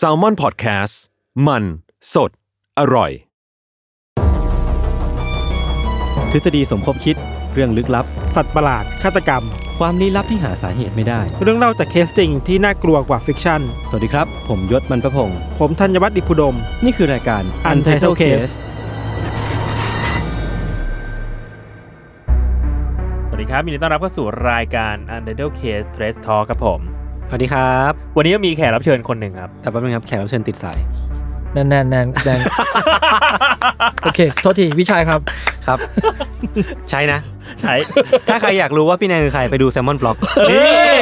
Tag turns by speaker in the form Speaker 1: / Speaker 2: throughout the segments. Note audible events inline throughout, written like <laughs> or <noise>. Speaker 1: s a l m o n PODCAST มันสดอร่อย
Speaker 2: ทฤษฎีสมคบคิดเรื่องลึกลับ
Speaker 3: สัตว์ประหลาด ฆาตกรรม
Speaker 2: ความลี้ลับที่หาสาเหตุไม่ได้
Speaker 3: เรื่องเล่าจากเคสจริงที่น่ากลัวกว่าฟิกชั่น
Speaker 2: สวัสดีครับ ผมยศมันประพงศ์
Speaker 3: ผมธัญวัฒน์อิพุดม
Speaker 2: นี่คือรายการ Untitled Case
Speaker 4: สวัสดีครับยินดีต้อนรับเข้าสู่รายการ u n d e r t a l e Case Trace Talk ครับผม
Speaker 2: สวัสดีครับ
Speaker 4: วันนี้ก็มีแขกรับเชิญคนหนึ่งครับ
Speaker 2: แต่แป๊บนึงครับแขกรับเชิญติดสาย
Speaker 5: นั่นนั่นนั่นนั่น โอเค โทษทีวิชัยครับ
Speaker 2: ครับ ใช่นะ
Speaker 4: ใช่
Speaker 2: ถ้าใครอยากรู้ว่าพี่แนนคือใครไปดูแซมมอนบล็อก
Speaker 4: <laughs> นี่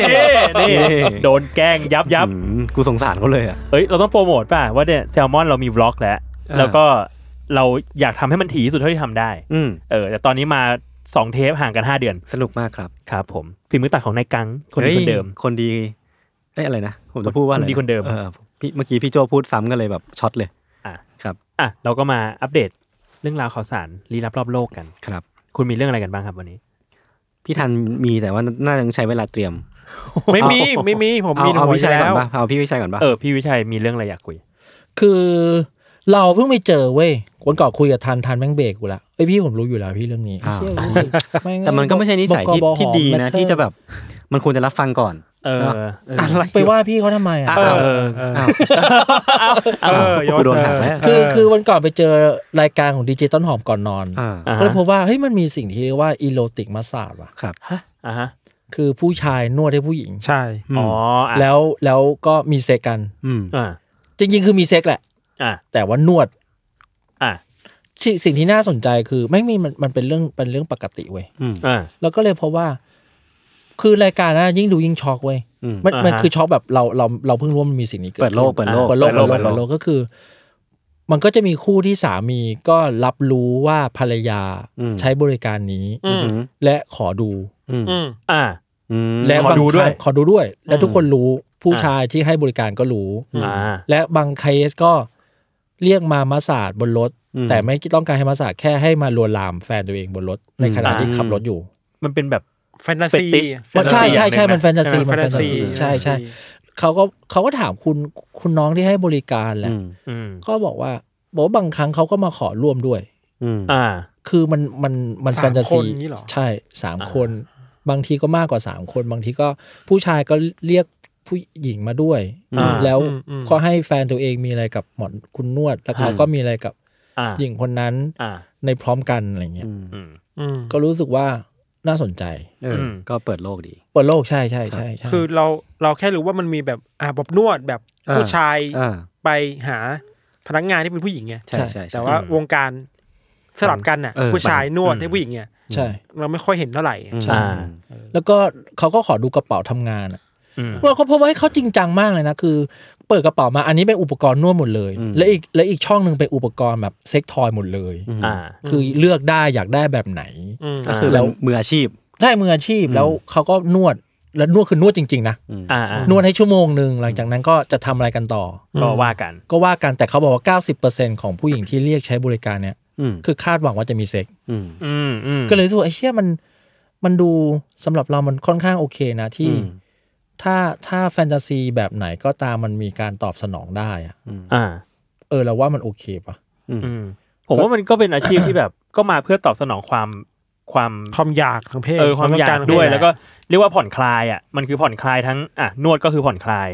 Speaker 4: นี่โดนแกล้งยับยับ
Speaker 2: กูสงสารเขาเลยอ่ะ
Speaker 4: เอ้ย เราต้องโปรโมทป่ะ ว่าเนี่ยแซลมอนเรามีวล็อกแล้ว
Speaker 2: อ่า
Speaker 4: แล้วก็เราอยากทำให้มันถี่ที่สุดเท่าที่ทำได้
Speaker 2: อืม
Speaker 4: เออ แต่ตอนนี้มา 2 เทปห่างกัน 5 เดือน
Speaker 2: สนุกมากครับ
Speaker 4: ครับผมฝีมือตัดของนายกัง คนดี
Speaker 2: ฮ้ย
Speaker 4: คนเดิม
Speaker 2: คนดีเอ้ยอะไรนะ ผมจะพูดว่าอะไร
Speaker 4: คนดีคนเดิม
Speaker 2: ออพี่เมื่อกี้พี่โจพูดซ้ำกันเลยแบบช็อตเลย
Speaker 4: อ่ะ
Speaker 2: ครับ
Speaker 4: อ่ะ เราก็มาอัปเดตเรื่องราวข่าวสารลี้ลับรอบโลกกัน
Speaker 2: ครับ
Speaker 4: คุณมีเรื่องอะไรกันบ้างครับวันนี้
Speaker 2: พี่ทันมีแต่ว่าน่าจะต้องใช้เวลาเตรียม
Speaker 3: ไม่มี ไม่มี ผม
Speaker 2: เอา
Speaker 3: มี
Speaker 2: เอา
Speaker 3: หัว
Speaker 2: พี่
Speaker 3: ใจ
Speaker 2: ชัยก่อ
Speaker 3: แล้
Speaker 2: น
Speaker 3: ว
Speaker 2: ปะเอาพี่วิชัยก่อนปะ
Speaker 4: เออ พี่วิชัยมีเรื่องอะไรอยากคุย
Speaker 5: คือเราเพิ่งไปเจอเว้ยวันก่อนคุยกับทันทันแม่งเบรกกูละเอ้ยพี่ผมรู้อยู่แล้วพี่เรื่องนี้
Speaker 2: อ้าว
Speaker 5: เชี่ยรู้สึกง
Speaker 2: แต่มันก็ไม่ใช่นิสัยที่
Speaker 5: บกบ
Speaker 2: ที่ดี
Speaker 5: หอ
Speaker 2: นะ
Speaker 5: ม matter
Speaker 2: ที่จะแบบมันควรจะรับฟังก่อน
Speaker 4: เออ
Speaker 2: นะอะไร
Speaker 5: ไปว่าพี่เขาทำไมอ่ะ
Speaker 2: เออ
Speaker 4: เออ
Speaker 2: อ้าว
Speaker 3: เออย้อ
Speaker 2: กูโดนหัก
Speaker 3: เอ
Speaker 2: แล้
Speaker 3: อ
Speaker 2: ว
Speaker 5: คือคือวันก่อนไปเจอรายการของดีเจต้นหอมก่อนนอน
Speaker 2: อ่า
Speaker 4: อ่า
Speaker 5: ก็
Speaker 4: ฮะ
Speaker 5: เลยพบว่าเฮ้ยมันมีสิ่งที่เรียกว่าอีโรติกมาสซาดว่ะ
Speaker 2: ครับ
Speaker 4: อ่าฮะ
Speaker 5: คือผู้ชายนวดให้ผู้หญิง
Speaker 3: ใช่
Speaker 4: อ๋ออ่ะ
Speaker 5: แล้วแล้วก็มีเซ็กกัน
Speaker 2: อืม
Speaker 4: อ่า
Speaker 5: จริงๆ คือมีเซ็กแหละ
Speaker 4: อ่า
Speaker 5: แต่ว่านวด
Speaker 4: อ่า
Speaker 5: สิ่งสิ่งที่น่าสนใจคือไม่มีมันมันเป็นเรื่องเป็นเรื่องปกติเว้ย
Speaker 2: อืม
Speaker 4: อ่า
Speaker 5: แล้วก็เลยเพราะว่า คือรายการนะยิ่งดูยิ่งช็อกเว้ย
Speaker 2: อืม
Speaker 5: มันมัน
Speaker 4: อ่าฮะ
Speaker 5: คือช็อกแบบเราเราเราเพิ่งร่วามนมีสิ่งนี้เกิด
Speaker 2: เปิดโลก
Speaker 5: ขึ้น
Speaker 2: เปิดโลก
Speaker 5: อ่ะเปิดโลก
Speaker 2: เปิ
Speaker 5: เปิ
Speaker 2: ด
Speaker 5: ด
Speaker 2: โลกเปิดโลก
Speaker 5: โลกเปิดโลกก็คือ มันก็จะมีคู่ที่สามีก็รับรู้ว่าภรรยาใช้บริการนี้
Speaker 2: อืม
Speaker 5: และขอดู
Speaker 2: อืม
Speaker 4: อ่า
Speaker 2: อืม
Speaker 5: และ
Speaker 4: ขอดู
Speaker 5: บาง
Speaker 4: ด้วย
Speaker 5: ครั้งขอดูด้วย และทุกคนรู้ผู้
Speaker 4: อ่า
Speaker 5: ชายที่ให้บริการก็รู้
Speaker 4: อ่า
Speaker 5: และบางเคสก็เรียกมามาสาดบนรถ แต่ไม่ต้องการให้มาสาดแค่ให้มาลวนลามแฟนตัวเองบนรถ ในขณะที่ขับรถอยู่
Speaker 4: มันเป็นแบบ
Speaker 3: แฟนตาซี
Speaker 4: Fetish
Speaker 5: มันใช่ใช่ใช่มันแฟนตาซี
Speaker 3: เออ
Speaker 5: มันแฟนตา
Speaker 3: fantasy
Speaker 5: ซีใช่ใช่เขาก็เขาก็ถามคุณคุณน้องที่ให้บริการแหละ
Speaker 2: อืม
Speaker 4: อืม
Speaker 5: ก็บอกว่าบอกว่าบางครั้งเขาก็มาขอร่วมด้วย
Speaker 2: อืม
Speaker 4: อ่า
Speaker 5: คือมันมันมัน
Speaker 3: สาม
Speaker 5: แฟนตา
Speaker 3: ค
Speaker 5: ซี
Speaker 3: นอย่างนี้เหรอ
Speaker 5: ใช่สาม
Speaker 4: อ่า
Speaker 5: คน บางทีก็มากกว่าสามคน บางทีก็ผู้ชายก็เรียกผู้หญิงมาด้วย
Speaker 4: อ่า
Speaker 5: แล้ว
Speaker 3: อืมอืม
Speaker 5: ก็ให้แฟนตัวเองมีอะไรกับหมอนคุณนวด แล้วเขาก็มีอะไรกับ
Speaker 4: อ่า
Speaker 5: หญิงคนนั้น
Speaker 4: อ่า
Speaker 5: ในพร้อมกันอะไรเงี้ย
Speaker 2: อืม
Speaker 4: อืม
Speaker 3: อืม
Speaker 5: ก็รู้สึกว่าน่าสนใจ
Speaker 2: เอออ
Speaker 4: ม
Speaker 2: ก็เปิดโลกดี
Speaker 5: เปิดโลกใช่ใช่ใช่ใช่
Speaker 3: คือเราเราแค่รู้ว่ามันมีแบบอ่าแบบนวดแบบ
Speaker 2: อ่า
Speaker 3: ผู้ชาย
Speaker 2: อ่า
Speaker 3: ไปหาพนักงานที่เป็นผู้หญิงไง
Speaker 2: ใช่ใช่ใช่
Speaker 3: แต่ว่าวงการสลับกันน่ะ
Speaker 2: เออ
Speaker 3: ผู้ชายนวดให้ผู้หญิงไง
Speaker 5: ใช่
Speaker 3: เราไม่ค่อยเห็นเท่าไหร่
Speaker 2: อืม
Speaker 4: ใช่
Speaker 5: แล้วก็เขาก็ขอดูกระเป๋าทำงานอะ
Speaker 4: อืม
Speaker 5: เราก็พบว่าให้เขาจริงจังมากเลยนะ คือ เปิดกระเป๋ามาอันนี้เป็นอุปกรณ์นวดหมดเลย และอีกและอีกช่องหนึ่งเป็นอุปกรณ์แบบเซ็กทอยหมดเลย
Speaker 4: อ่า
Speaker 5: คือเลือกได้อยากได้แบบไหน
Speaker 3: อืม
Speaker 2: ก็คือ
Speaker 5: แล้
Speaker 2: เป็น
Speaker 5: ว
Speaker 2: มืออาชีพ
Speaker 5: ได้มืออาชีพแล้วเขาก็นวดแล้วนวดคือนวดจริงๆนะ
Speaker 4: อ่าอ่าน
Speaker 5: วดให้ชั่วโมงหนึ่งหลังจากนั้นก็จะทำอะไรกันต่อ
Speaker 4: ก็ว่ากัน
Speaker 5: ก็ว่ากันแต่เขาบอกว่า 90%ของผู้หญิงที่เรียกใช้บริการเนี่ย
Speaker 2: อืม
Speaker 5: คือคาดหวังว่าจะมีเซ็กซ์
Speaker 2: อืม
Speaker 4: อืมอืม
Speaker 5: ก็เลยรู้สึกว่าไอ้เชี่ยมันมันดูสำหรับเรามันค่อนข้างโอเคนะที่
Speaker 2: อืม
Speaker 5: ถ้าถ้าแฟนตาซีแบบไหนก็ตามมันมีการตอบสนองได้อะ
Speaker 4: อ่า
Speaker 5: เออเราว่ามันโอเคปะ
Speaker 4: อืม ผมว่ามันก็เป็นอาชีพที่แบบ ก็มาเพื่อตอบสนองความความ
Speaker 3: ความอยากทางเพศ
Speaker 4: เออความอยาก
Speaker 3: ต้งรทงเพศ
Speaker 4: ด้วย
Speaker 3: หะ
Speaker 4: แล้วก็เรียกว่าผ่อนคลายอ่ะมันคือผ่อนคลายทั้งอ่ะนวดก็คือผ่อนคลาย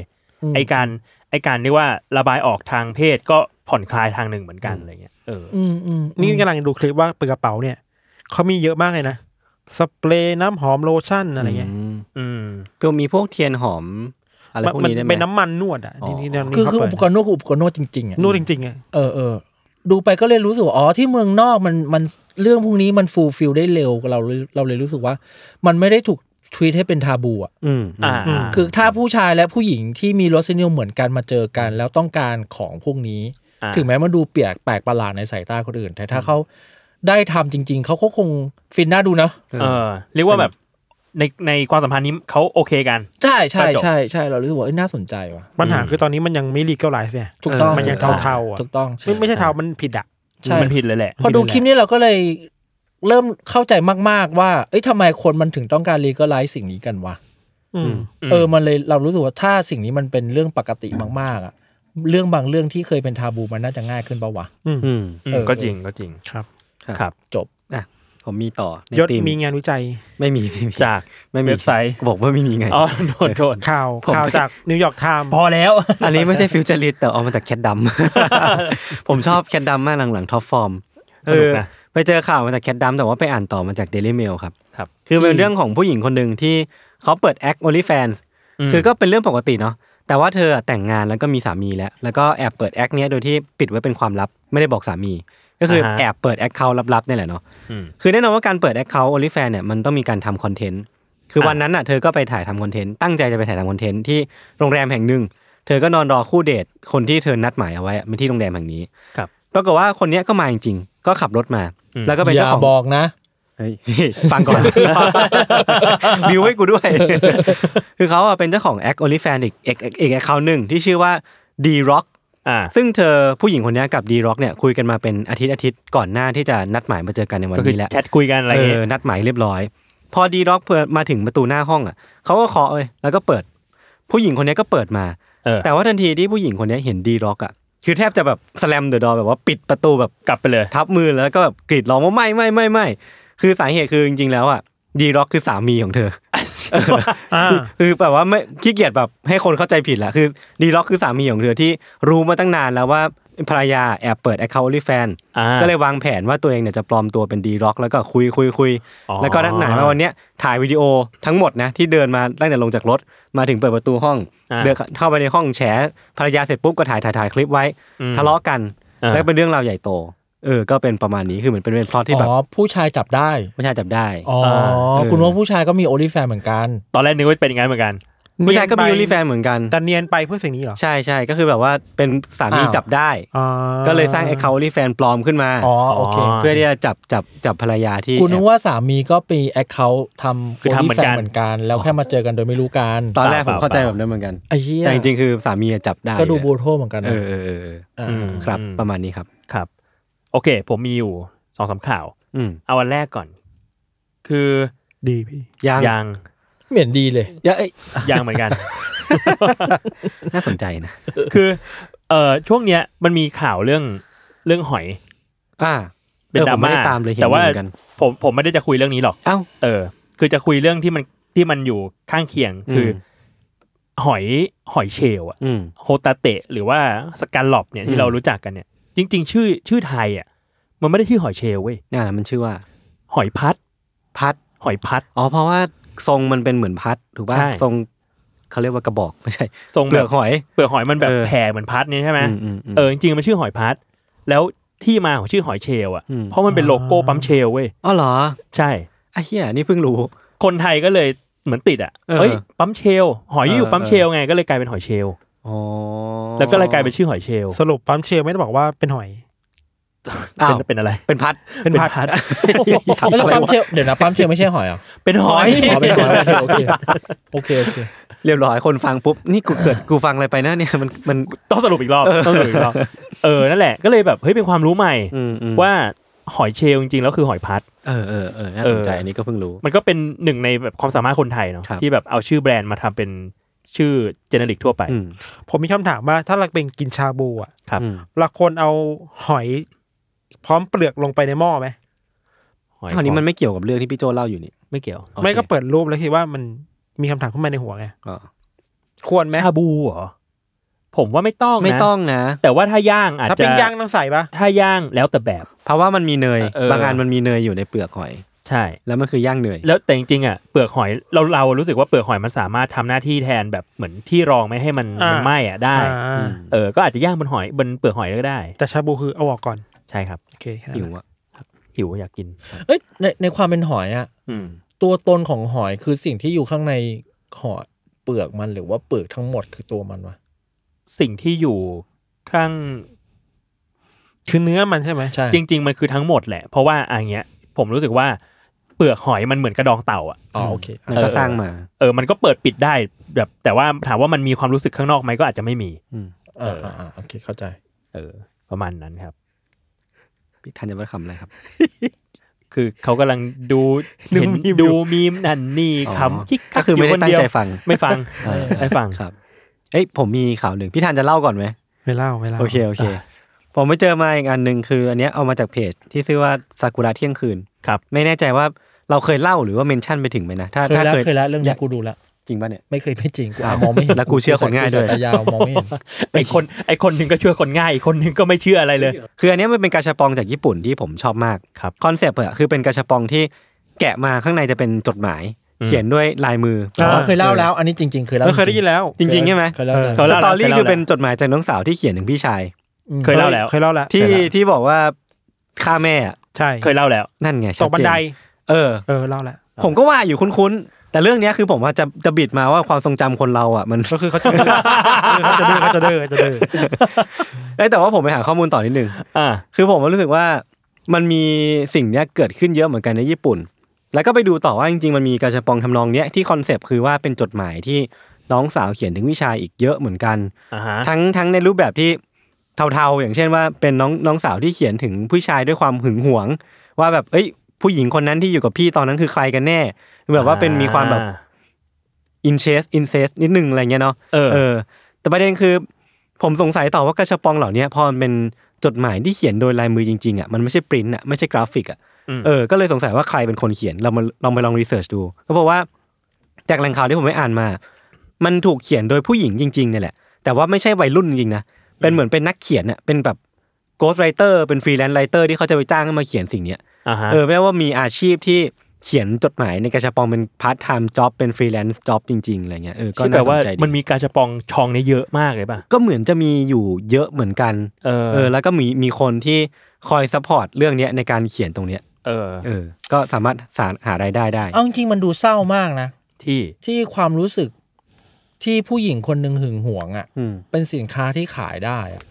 Speaker 5: ม
Speaker 4: ไอการไอการเรียกว่าระบายออกทางเพศก็ผ่อนคลายทางหนึ่งเหมือนกันอะไรเงี้ยเออ
Speaker 5: อืมอืม
Speaker 3: นี่กำลังดูคลิปว่าเปิดกระเป๋าเนี่ยเขามีเยอะมากเลยนะ สเปรย์น้ำหอมโลชั่นอะไรเงี้ย
Speaker 2: ม
Speaker 4: อืม
Speaker 2: ก็มีพวกเทียนหอมอะไรพวก
Speaker 3: มัน
Speaker 2: นี้ได้ไหม
Speaker 3: เป็นน้ำมันนวดอ่ะ
Speaker 2: อ๋อ
Speaker 3: นี่นี่นี่
Speaker 5: คือ
Speaker 3: เขา
Speaker 5: คือ
Speaker 3: เปิด
Speaker 5: อุปกรณ์นวดคืออุปกรณ์นวดจริงๆอะ
Speaker 3: นวดจริงๆอ่ะ
Speaker 5: เออเออดูไปก็เลยรู้สึกว่าอ๋อที่เมืองนอกมันมันเรื่องพวกนี้มันฟูลฟิลได้เร็วเราเลยเราเลยรู้สึกว่า มันไม่ได้ถูก ทวีตให้เป็นทาบูอ่ะ
Speaker 2: อืม
Speaker 4: อ่า
Speaker 3: อืม
Speaker 5: คือถ้าผู้ชายและผู้หญิงที่มีรสนิยมเหมือนกันมาเจอกัน แล้วต้องการของพวกนี้
Speaker 4: อ่า
Speaker 5: ถึงแม้มันดูเปียกแปลกประหลาดในสายตาคนอื่น แต่ถ้าเขาได้ทำจริง ๆ เขาก็คงฟินน่าดูเนาะ
Speaker 4: เออเรียกว่าแบบในในความสัมพันธ์นี้เขาโอเคกัน
Speaker 5: ใช่ใช่
Speaker 4: ก็จบ
Speaker 5: ใช่ใช่เรารู้สึกว่าเอ้ยน่าสนใจว่ะ
Speaker 3: ปัญหาคือตอนนี้มันยังไม่รีเกลไลฟ์เนี่ย
Speaker 5: ถูกต้อง
Speaker 3: มันยังเทาๆอะ
Speaker 5: ถูกต้องใช่
Speaker 3: ไม่ไม่ใช่เทามันผิดอ่ะ
Speaker 5: ใช่
Speaker 4: มันผิดเลยแหละ
Speaker 5: พอดูคลิปนี้เราก็เลยเริ่มเข้าใจมาก ๆ ว่า เอ้ยทำไมคนมันถึงต้องการลีก a ไล z ์สิ่งนี้กันวะ
Speaker 3: อืม
Speaker 5: เออ มันเลยเรารู้สึกว่าถ้าสิ่งนี้มันเป็นเรื่องปกติมาก ๆอะเรื่องบางเรื่องที่เคยเป็นทาบูมันน่าจะง่ายขึ้นปะวะ
Speaker 2: อืม
Speaker 4: อืม
Speaker 5: เออ
Speaker 4: ก็จริงก็จริง
Speaker 3: ครับ
Speaker 4: ครับ
Speaker 5: จบ
Speaker 2: อ่ะผมมีต่อใน
Speaker 3: ยศ
Speaker 2: ธี
Speaker 3: มีงานวิจัย
Speaker 2: ไม่มีไม่มี
Speaker 4: จาก
Speaker 2: ไม่มี
Speaker 4: เว็บไซต์
Speaker 2: บอกว่าไม่มีไง
Speaker 4: อ๋อโดนโดน
Speaker 3: ข่าว
Speaker 2: ผม
Speaker 3: ข่าวจากนิวยอร์กไทม์
Speaker 4: พอแล้ว
Speaker 2: อันนี้ไม่ใช่ฟิวเจอริสแต่เอามาจากแคทดำ ผมชอบแคทดำมากหลังๆท็อปฟอร์ม
Speaker 4: สนุกนะ
Speaker 2: ไปเจอข่าวมาจากแคทดำแต่ว่าไปอ่านต่อมาจากเดลี่เมลครับ
Speaker 4: ครับ
Speaker 2: คือเป็นเรื่องของผู้หญิงคนหนึ่งที่เขาเปิดแอคโอลิแฟนคือก็เป็นเรื่องปกติเนาะแต่ว่าเธออะแต่งงานแล้วก็มีสามีแล้ว แล้วก็แอบเปิดแอคเนี้ยโดยที่ปิดไว้เป็นความลับไม่ได้บอกสามี ก็คืออา
Speaker 4: ฮะ
Speaker 2: แอบเปิดแอคเคาท์ลับๆนี่แหละเนาะ
Speaker 4: อืม
Speaker 2: คือแน่นอนว่าการเปิด Account o n l y f a n เนี่ยมันต้องมีการทำคอนเทนต์ คือวันนั้นอ่ะเธอก็ไปถ่ายทำคอนเทนต์ ตั้งใจจะไปถ่ายทำคอนเทนต์ที่โรงแรมแห่งหนึ่ง เธอก็นอนรอคู่เดท คนที่เธอนัดหมายเอาไว้มาที่โรงแรมแห่งนี้
Speaker 4: ครับ
Speaker 2: ปรากฏว่าคนเนี้ยก็มาจริงๆ ก็ขับรถมา
Speaker 4: อืม
Speaker 2: แล้วก็เป็น
Speaker 5: อ
Speaker 2: เจ้า
Speaker 5: ย่า
Speaker 2: ของ
Speaker 5: บอกนะ
Speaker 2: เฮ้ย ฟังก่อน บิวให้กูด้วย คือเขาอะเป็นเจ้าของแอคโอลิแฟนอีกอีกอีกแอคเคาท์หนึ่งที่ชื่อว่า D Rock
Speaker 4: อ่า
Speaker 2: ซึ่งเธอผู้หญิงคนเนี้ยกับ D Rock เนี่ยคุยกันมาเป็นอาทิตย์อาทิตย์ก่อนหน้าที่จะนัดหมายมาเจอกันในวัน
Speaker 4: ก็คือ
Speaker 2: นี้แหละ
Speaker 4: แชทคุยกันอะไร
Speaker 2: เอ
Speaker 4: เงี้
Speaker 2: อย นัดหมายเรียบร้อย พอดีด็อกเพื่อมาถึงประตูหน้าห้องอ่ะเขาก็เคาะเลยแล้วก็เปิด ผู้หญิงคนนี้ก็เปิดมา
Speaker 4: เออ
Speaker 2: แต่ว่าทันทีที่ผู้หญิงคนนี้เห็นดีด็อกอ่ะคือแทบจะแบบสแลมเดอะดอแบบว่าปิดประตูแบบ
Speaker 4: กลับไปเลย
Speaker 2: ทับมือแล้วก็แบบกรีดร้องว่าไม่ไม่ไม่ไม่คือสาเหตุคือจริงๆแล้วอ่ะดีด็อกคือสามีของเธอ
Speaker 3: อ่า
Speaker 2: คือ <laughs> แบบว่าไม่ขี้เกียจแบบให้คนเข้าใจผิดแหละคือดีด็อกคือสามีของเธอที่รู้มาตั้งนานแล้วว่าภรรยาแอบเปิดแอคเคาท์ลิแฟน
Speaker 4: อ่า
Speaker 2: ก็เลยวางแผนว่าตัวเองเนี่ยจะปลอมตัวเป็นดีร็อกแล้วก็คุยคุยคุย
Speaker 4: อ๋อ
Speaker 2: แล้วก็นัดหมายมาวันเนี้ยถ่ายวิดีโอทั้งหมดนะที่เดินมาตั้งแต่ลงจากรถมาถึงเปิดประตูห้อง
Speaker 4: อ่า
Speaker 2: เดินเข้าไปในห้องแฉภรรยาเสร็จปุ๊บก็ถ่ายถ่ายถ่ายคลิปไว้
Speaker 4: อืม
Speaker 2: ทะเลาะกัน
Speaker 4: อ่า
Speaker 2: แล้วเป็นเรื่องราวใหญ่โต เออ ก็เป็นประมาณนี้คือเหมือนเป็นเป็นพล็อตที่
Speaker 5: อ๋
Speaker 2: แบบ
Speaker 5: อ ผู้ชายจับได้
Speaker 2: ผู้ชายจับได้
Speaker 5: อ๋อ
Speaker 4: อ่า
Speaker 5: คุณว่าผู้ชายก็มีโอลิแฟนเหมือนกัน
Speaker 4: ตอนแรกนึกว่าเป็นอย่างนั้นเหมือนกัน
Speaker 2: ผู้ชายก็มี
Speaker 3: เนียนไป
Speaker 2: ยูริแฟนเหมือนกัน
Speaker 3: แต่เนียนไปเพื่อสิ่งนี้เหรอ
Speaker 2: ใช่ใช่ก็คือแบบว่าเป็นสามี
Speaker 4: อ้าว
Speaker 2: จับได้
Speaker 3: อ่า
Speaker 2: ก็เลยสร้างแอคเคาท์ลิแฟนปลอมขึ้นมา
Speaker 5: อ๋อ โอเค
Speaker 4: อ๋อ
Speaker 2: เพื่อที่จะจับจับจับภรรยาที่
Speaker 5: กูนึกว่าสามีก็มีแอคเคาท์ทำ
Speaker 4: คือ
Speaker 5: โอ
Speaker 4: ทำ
Speaker 5: ลิ
Speaker 4: เหมือ
Speaker 5: แฟ
Speaker 4: นกัน น
Speaker 5: เหมือนกัน แล้วแค่มาเจอกันโดยไม่รู้กัน
Speaker 2: ตอนแรกผม
Speaker 4: เปล่า
Speaker 2: เข้าใจแบบนั้นเหมือนกัน
Speaker 5: ไอ้เหี้ย
Speaker 2: แต่จริงๆคือสามีอะจับได้
Speaker 5: ก็ดู
Speaker 2: อยู่
Speaker 5: บู
Speaker 2: แล้ว
Speaker 5: โทเหมือนกันนะ
Speaker 2: เออเออเออเออ
Speaker 5: เออ
Speaker 4: อืม
Speaker 2: ครับ
Speaker 4: อืม
Speaker 2: ประมาณนี้ครับ
Speaker 4: ครับ โอเค ผมมีอยู่สองสามข่าว
Speaker 2: อืม
Speaker 4: เอาวันแรกก่อน คือ
Speaker 3: ดีพี่
Speaker 2: ยัง
Speaker 4: ยาง
Speaker 5: เหมือนดีเลย
Speaker 2: ยังเอ้ย
Speaker 4: ยางเหมือนกัน <laughs>
Speaker 2: น่าสนใจนะ
Speaker 4: คือเอ่อช่วงเนี้ยมันมีข่าวเรื่องเรื่องหอย
Speaker 2: อ่า
Speaker 4: เป็น
Speaker 2: ออ
Speaker 4: ดรา
Speaker 2: ผ
Speaker 4: ม่า
Speaker 2: ไได้ตามเลยเห็น
Speaker 4: แต่ว่า
Speaker 2: เหมือนกัน
Speaker 4: ผมผมไม่ได้จะคุยเรื่องนี้หรอก
Speaker 2: เอ้า
Speaker 4: เออ คือจะคุยเรื่องที่มันที่มันอยู่ข้างเคียง คืออ
Speaker 2: ม
Speaker 4: หอยหอยเชลล์อะ
Speaker 2: อืม
Speaker 4: โฮตาเตะ หรือว่าสแกันหลอบเนี่ย
Speaker 2: อื
Speaker 4: ที่
Speaker 2: ม
Speaker 4: เรารู้จักกันเนี่ย จริง ๆ ชื่อชื่อไทยอะมันไม่ได้ชื่อหอยเชลล์เว้ย
Speaker 2: น่ามันชื่อว่า
Speaker 4: หอยพัด
Speaker 2: พัด
Speaker 4: หอยพัด
Speaker 2: อ๋อเพราะว่าทรงมันเป็นเหมือนพัดถูกป่ะ
Speaker 4: ใช่
Speaker 2: ทรงเขาเรียกว่ากระบอกไม่ใช่
Speaker 4: ทรง
Speaker 2: เป
Speaker 4: แบ
Speaker 2: ลือบ กหอย
Speaker 4: เปลือกหอยมันแบบ
Speaker 2: เออ
Speaker 4: แผ่เหมือนพัดเนี่ยใช่ไหม
Speaker 2: อืมอืมม
Speaker 4: เออจริงๆมันชื่อหอยพัด แล้วที่มาของชื่อหอยเชลล์อะ
Speaker 2: อืม
Speaker 4: เพราะมันเป็นโลโก้ปั๊มเชลล์เว้ย
Speaker 2: อ๋อเหรอ
Speaker 4: ใช่
Speaker 2: ไอ้เหี้ยนี่เพิ่งรู้
Speaker 4: คนไทยก็เลยเหมือนติดอ่ะ
Speaker 2: เออ
Speaker 4: เฮ้ย ปั๊มเชลลหอยอยู่
Speaker 2: เออ
Speaker 4: ปั๊มเชลลไง ก็เลยกลายเป็นหอยเชลล
Speaker 2: อ๋อ
Speaker 4: แล้วก็เลยกลายเป็นชื่อหอยเชลล
Speaker 3: สรุปปั๊มเชลไม่ได้บอกว่าเป็นหอย
Speaker 2: อ้าว
Speaker 4: เป็นเป็นอะไร
Speaker 2: เป็นพัด
Speaker 3: เป็นผัด
Speaker 2: สับ
Speaker 5: แล้ว
Speaker 2: อะไร
Speaker 5: ปั๊ม
Speaker 2: วะ
Speaker 5: เชลลเดี๋ยวนะปั๊มเชลลไม่ใช่หอยเหรอ่ะ
Speaker 4: เป็นหอย
Speaker 5: อ๋อเป็นหอยโอเคโอเคโอเคโอเค
Speaker 2: เรียบร้อยคนฟังปุ๊บนี่กูเกิดกูฟังอะไรไปนะเนี่ย <laughs> มันมัน
Speaker 4: ต้องสรุปอีกรอบต้องสรุปอีกรอบ เออ นั่นแหละ ก็เลยแบบ เฮ้ย เป็นความรู้ใหม่
Speaker 2: อืมอืม
Speaker 4: ว่าหอยเชลลจริงๆ แล้วคือหอยพัด
Speaker 2: เออเออเออน่าสนใจ
Speaker 4: เอออั
Speaker 2: อันนี้ก็เพิ่งรู้
Speaker 4: มันก็เป็นหนึ่งในแบบความสามารถคนไทยเนาะ
Speaker 2: ครับ
Speaker 4: ที่แบบเอาชื่อแบรนด์มาทำเป็นชื่อเจเนริกทั่วไป
Speaker 2: อืม
Speaker 3: ผมมีคำถามว่าถ้าเราเป็นกินชาบูอ่ะ
Speaker 4: ครับ
Speaker 2: อืม
Speaker 3: เราควรเอาหอย พร้อมเปลือกลงไปในหม้อไหม
Speaker 4: หอย
Speaker 2: คราวนี้มันไม่เกี่ยวกับเรื่องที่พี่โจเล่าอยู่นี่
Speaker 4: ไม่เกี่ยว
Speaker 2: โอเค
Speaker 3: ไม่ก็เปิดรูปแล้วคิดว่ามันมีคำถามขึ้นมาในหัวไง
Speaker 2: อ๋อ
Speaker 3: ควรไหม
Speaker 4: ชาบูเหรอ ผมว่าไม่ต้องนะ
Speaker 2: ไม่ต้องนะ
Speaker 4: แต่ว่าถ้าย่างอาจ
Speaker 3: ถ้า
Speaker 4: จะ
Speaker 3: เป็นย่างต้องใส่ปะ
Speaker 4: ถ้าย่างแล้วแต่แบบ
Speaker 2: เพราะว่ามันมีเนย
Speaker 4: เออ
Speaker 2: บางงานมันมีเนยอยู่ในเปลือกหอย
Speaker 4: ใช่
Speaker 2: แล้วมันคือย่างเนย
Speaker 4: แล้วแต่จริงๆอ่ะเปลือกหอยเราเรารู้สึกว่าเปลือกหอยมันสามารถทำหน้าที่แทนแบบเหมือนที่รองไม่ให้มันมันไหม้อ่ะได้
Speaker 3: อ่า
Speaker 4: เออก็อาจจะย่างบนหอยบนเปลือกหอยก็ได้
Speaker 3: แต่ชาบูคือเอาออกก่อน
Speaker 4: ใช่ครับ
Speaker 3: โอเคแค่นั้น
Speaker 2: หิวอ่ะ
Speaker 4: หิวอยากกิน
Speaker 5: เอ้ยในในความเป็นหอยอ่ะ
Speaker 4: อืม
Speaker 5: ตัวตนของหอยคือสิ่งที่อยู่ข้างในหอยเปลือกมันหรือว่าเปลือกทั้งหมดคือตัวมันวะ
Speaker 4: สิ่งที่อยู่ข้าง
Speaker 3: คือเนื้อมันใช่ไหม
Speaker 5: ใช่
Speaker 4: จริง ๆ มันคือทั้งหมดแหละ เพราะว่าอันเนี้ยผมรู้สึกว่าเปลือกหอยมันเหมือนกระดองเต่าอ่ะ
Speaker 5: อ๋อโอเค
Speaker 2: มันก็
Speaker 4: เออ
Speaker 2: สร้างมา
Speaker 4: เออมันก็เปิดปิดได้แบบแต่ว่าถามว่ามันมีความรู้สึกข้างนอกไหมก็อาจจะไม่มี
Speaker 5: เอ่าอ่าโอเคเข้าใจ
Speaker 4: เออ ประมาณนั้นครับ
Speaker 2: พี่ทันจะมาคำอะไรครับ
Speaker 4: คือเขากำลังดูเห็นดูมีมนั่นนี่
Speaker 2: อ๋อ
Speaker 4: คำคิก
Speaker 2: ก็
Speaker 4: คัก
Speaker 2: คือไม่
Speaker 4: ยู่
Speaker 2: ได้
Speaker 4: น
Speaker 2: ตั้ง
Speaker 4: เยว
Speaker 2: ใจฟัง
Speaker 4: ไม่
Speaker 2: <laughs>
Speaker 4: ฟัง
Speaker 2: เออ
Speaker 4: ไม่ฟัง
Speaker 2: ครับ เอ้ยผมมีข่าวหนึ่งพี่ทันจะเล่าก่อนไหม
Speaker 3: ไม่เล่าไม่เล่า
Speaker 2: โอเค โอเค ผมไปเจอมาอีกอันหนึ่งคือ อันเนี้ยเอามาจากเพจที่ชื่อว่าซากุระเที่ยงคืน
Speaker 4: ครับ
Speaker 2: ไม่แน่ใจว่าเราเคยเล่าหรือว่าเมนชั่นไปถึงไหมนะถ้า
Speaker 5: เคย
Speaker 2: ถ้า
Speaker 5: แล้ว
Speaker 2: เคย
Speaker 5: เคยแล้วเรื่องนี้กูดูแล้ว
Speaker 2: จริงป่ะเนี่ย
Speaker 5: ไม่เคยไม่จริงกูอ่ะมองไม่เห็น
Speaker 2: แล้วกูเชื่อคนง่ายด้วย
Speaker 5: กูสตายาวมองไม่เห็น
Speaker 4: ไอคนไอคนหนึ่งก็เชื่อคนง่ายอีกคนหนึ่งก็ไม่เชื่ออะไรเลย
Speaker 2: คืออันเนี้ยมันเป็นกาชาปองจากญี่ปุ่นที่ผมชอบมาก
Speaker 4: ครับ
Speaker 2: อนเซปต์อะคือเป็นกาชาปองที่แกะมาข้างในจะเป็นจดหมาย
Speaker 4: อืม
Speaker 2: เขียนด้วยลายมืออ
Speaker 5: อ๋อเคยเล่าแล้ว อันนี้จริง ๆ เคยเล่า
Speaker 3: แล้วเคยได้ยินแล้ว
Speaker 2: จริงๆใช่ไหม
Speaker 5: เคยเล่าแล้ว
Speaker 4: เคย
Speaker 2: ส
Speaker 4: เล่า
Speaker 2: ตอรี่
Speaker 4: แล้ว
Speaker 2: คือเป็นจดหมายจากน้องสาวที่เขียนถึงพี่ชาย
Speaker 4: เคยเล่าแล้ว
Speaker 3: เคยเล่าแล้ว
Speaker 2: ที่ที่บอกว่าฆ่าแม่อะ
Speaker 3: ใช่
Speaker 4: เคยเล่าแล้ว
Speaker 2: นั่นไง
Speaker 3: ต
Speaker 2: ชั
Speaker 3: กบัน
Speaker 2: เจ
Speaker 3: ได
Speaker 2: เออ
Speaker 3: เออเล่าแล้ว
Speaker 2: ผมก็ว่าอยู่คุ้นๆ แต่เรื่องเนี้ยคือผมว่าจะจะบิดมาว่าความทรงจำคนเราอ่ะมัน
Speaker 3: ก็คือเขาจะดื้อเขาจะดื้อเขาจะดื้อเขาจะดื้อ
Speaker 2: เอ้ยแต่ว่าผมไปหาข้อมูลต่อนิดนึง
Speaker 4: อ่า
Speaker 2: คือผมรู้สึกว่ามันมีสิ่งเนี้ยเกิดขึ้นเยอะเหมือนกันในญี่ปุ่น แล้วก็ไปดูต่อว่าจริงๆ มันมีการชาปองทำนองเนี้ยที่คอนเซปต์คือว่าเป็นจดหมายที่น้องสาวเขียนถึงวิชาอีกเยอะเหมือนกัน
Speaker 4: อ่าฮะ
Speaker 2: ทั้งทั้งในรูปแบบที่เทาๆ อย่างเช่นว่าเป็นน้องน้องสาวที่เขียนถึงผู้ชายด้วยความหึงหวง ว่าแบบเอ้ยผู้หญิงคนนั้นที่อยู่กับพี่ตอนนั้นคือใครกันแน่แบบว่าเป็นมีความแบบ อินเชสอินเซสนิดนึงอะไรเงี้ยเนาะ
Speaker 4: เออ
Speaker 2: แต่ประเด็นคือ ผมสงสัยต่อว่ากระชบปองเหล่าเนี้ยพอมันเป็นจดหมายที่เขียนโดยลายมือจริงๆอ่ะมันไม่ใช่ปริ้นอ่ะไม่ใช่กราฟิกอ่ะ
Speaker 4: ม
Speaker 2: เออก็เลยสงสัยว่าใครเป็นคนเขียนเรามาลองไปลองรีเสิร์ชดูก็บอกว่าจากแหล่งข่าวที่ผมไปอ่านมา มันถูกเขียนโดยผู้หญิงจริงๆเนี่ยแหละ แต่ว่าไม่ใช่วัยรุ่นจริงๆนะเป็นเหมือนเป็นนักเขียนอ่ะเป็นแบบโกสไรเตอร์เป็นฟรีแลนซ์ไรเตอร์ที่เขาจะไปจ้างให้มาเขียนสิ่งเนี้ย
Speaker 4: อ่าฮะ
Speaker 2: เออแปลว่ามีอาชีพที่เขียนจดหมายในกระชาปองเป็นพาร์ทไทม์จ็อบเป็นฟรีแลนซ์จ็อบจริงๆอะไรเงี้ยเออก็
Speaker 4: ซึ่งแปล
Speaker 2: น่าส
Speaker 4: ว่าน
Speaker 2: ใจดี
Speaker 4: มันมีการจะปองชองเนี่ยเยอะมากเลยป่ะ
Speaker 2: ก็เหมือนจะมีอยู่เยอะเหมือนกัน
Speaker 4: เออ
Speaker 2: เออแล้วก็มีมีคนที่คอยซัพพอร์ตเรื่องเนี้ยในการเขียนตรงเนี้ย
Speaker 4: เออ
Speaker 2: เออก็สามารถสารหารายได้ได้
Speaker 5: เอาจริงๆมันดูเศร้ามากนะ
Speaker 4: ที่
Speaker 5: ที่ความรู้สึกที่ผู้หญิงคนหนึ่งหึงหวงอ่ะ
Speaker 2: อืม
Speaker 5: เป็นสินค้าที่ขายได้อ่ะ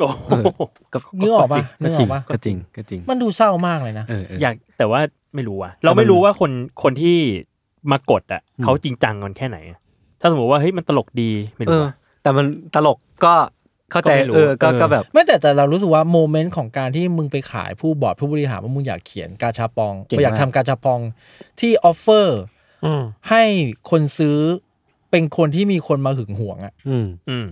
Speaker 4: โอ้โห
Speaker 2: ก็
Speaker 5: นึกออกปะ
Speaker 2: ก็
Speaker 5: นึก
Speaker 2: จ
Speaker 5: อ
Speaker 2: ริ
Speaker 5: อง กปะ
Speaker 2: ก็จริงก็จริง
Speaker 5: มันดูเศร้ามากเลยนะ
Speaker 2: เออเออ
Speaker 4: อยากแต่ว่าไม่รู้ว่ะเราไม่รู้ว่าคนคนที่มากดอ่ะเขาจริงจังกันแค่ไหนอะถ้าสมมติว่าเฮ้ยมันตลกดีไม่
Speaker 2: เอ
Speaker 4: รู้
Speaker 2: อ
Speaker 4: ว่ะ
Speaker 2: แต่มันตลกก็เข้าใจ
Speaker 4: ก็ไม่รู้
Speaker 2: เออก็
Speaker 4: เออ
Speaker 2: ก็แบบ
Speaker 5: ไม่แต่แต่เรารู้สึกว่าโมเมนต์ของการที่มึงไปขายผู้บอร์ดผู้บริหารว่ามึงอยากเขียนกาชาปองอยากทำกาชาปองที่ออฟเฟอร์
Speaker 3: อืม
Speaker 5: ให้คนซื้อเป็นคนที่มีคนมาหึงหวงอ่ะ
Speaker 2: อืม
Speaker 4: อืม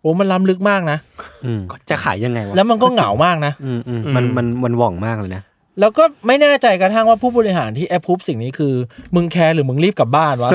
Speaker 5: โอ้มันล้ำลึกมากนะ
Speaker 2: อืมจะขายยังไงวะ
Speaker 5: แล้วมันก็เหงามากนะ
Speaker 2: อืมอืมมันมันมันหว่องมากเลยนะ
Speaker 5: แล้วก็ไม่แน่ใจกระทั่งว่าผู้บริหารที่แอปพูบสิ่งนี้คือ มึงแคร์หรือมึงรีบกลับบ้านวะ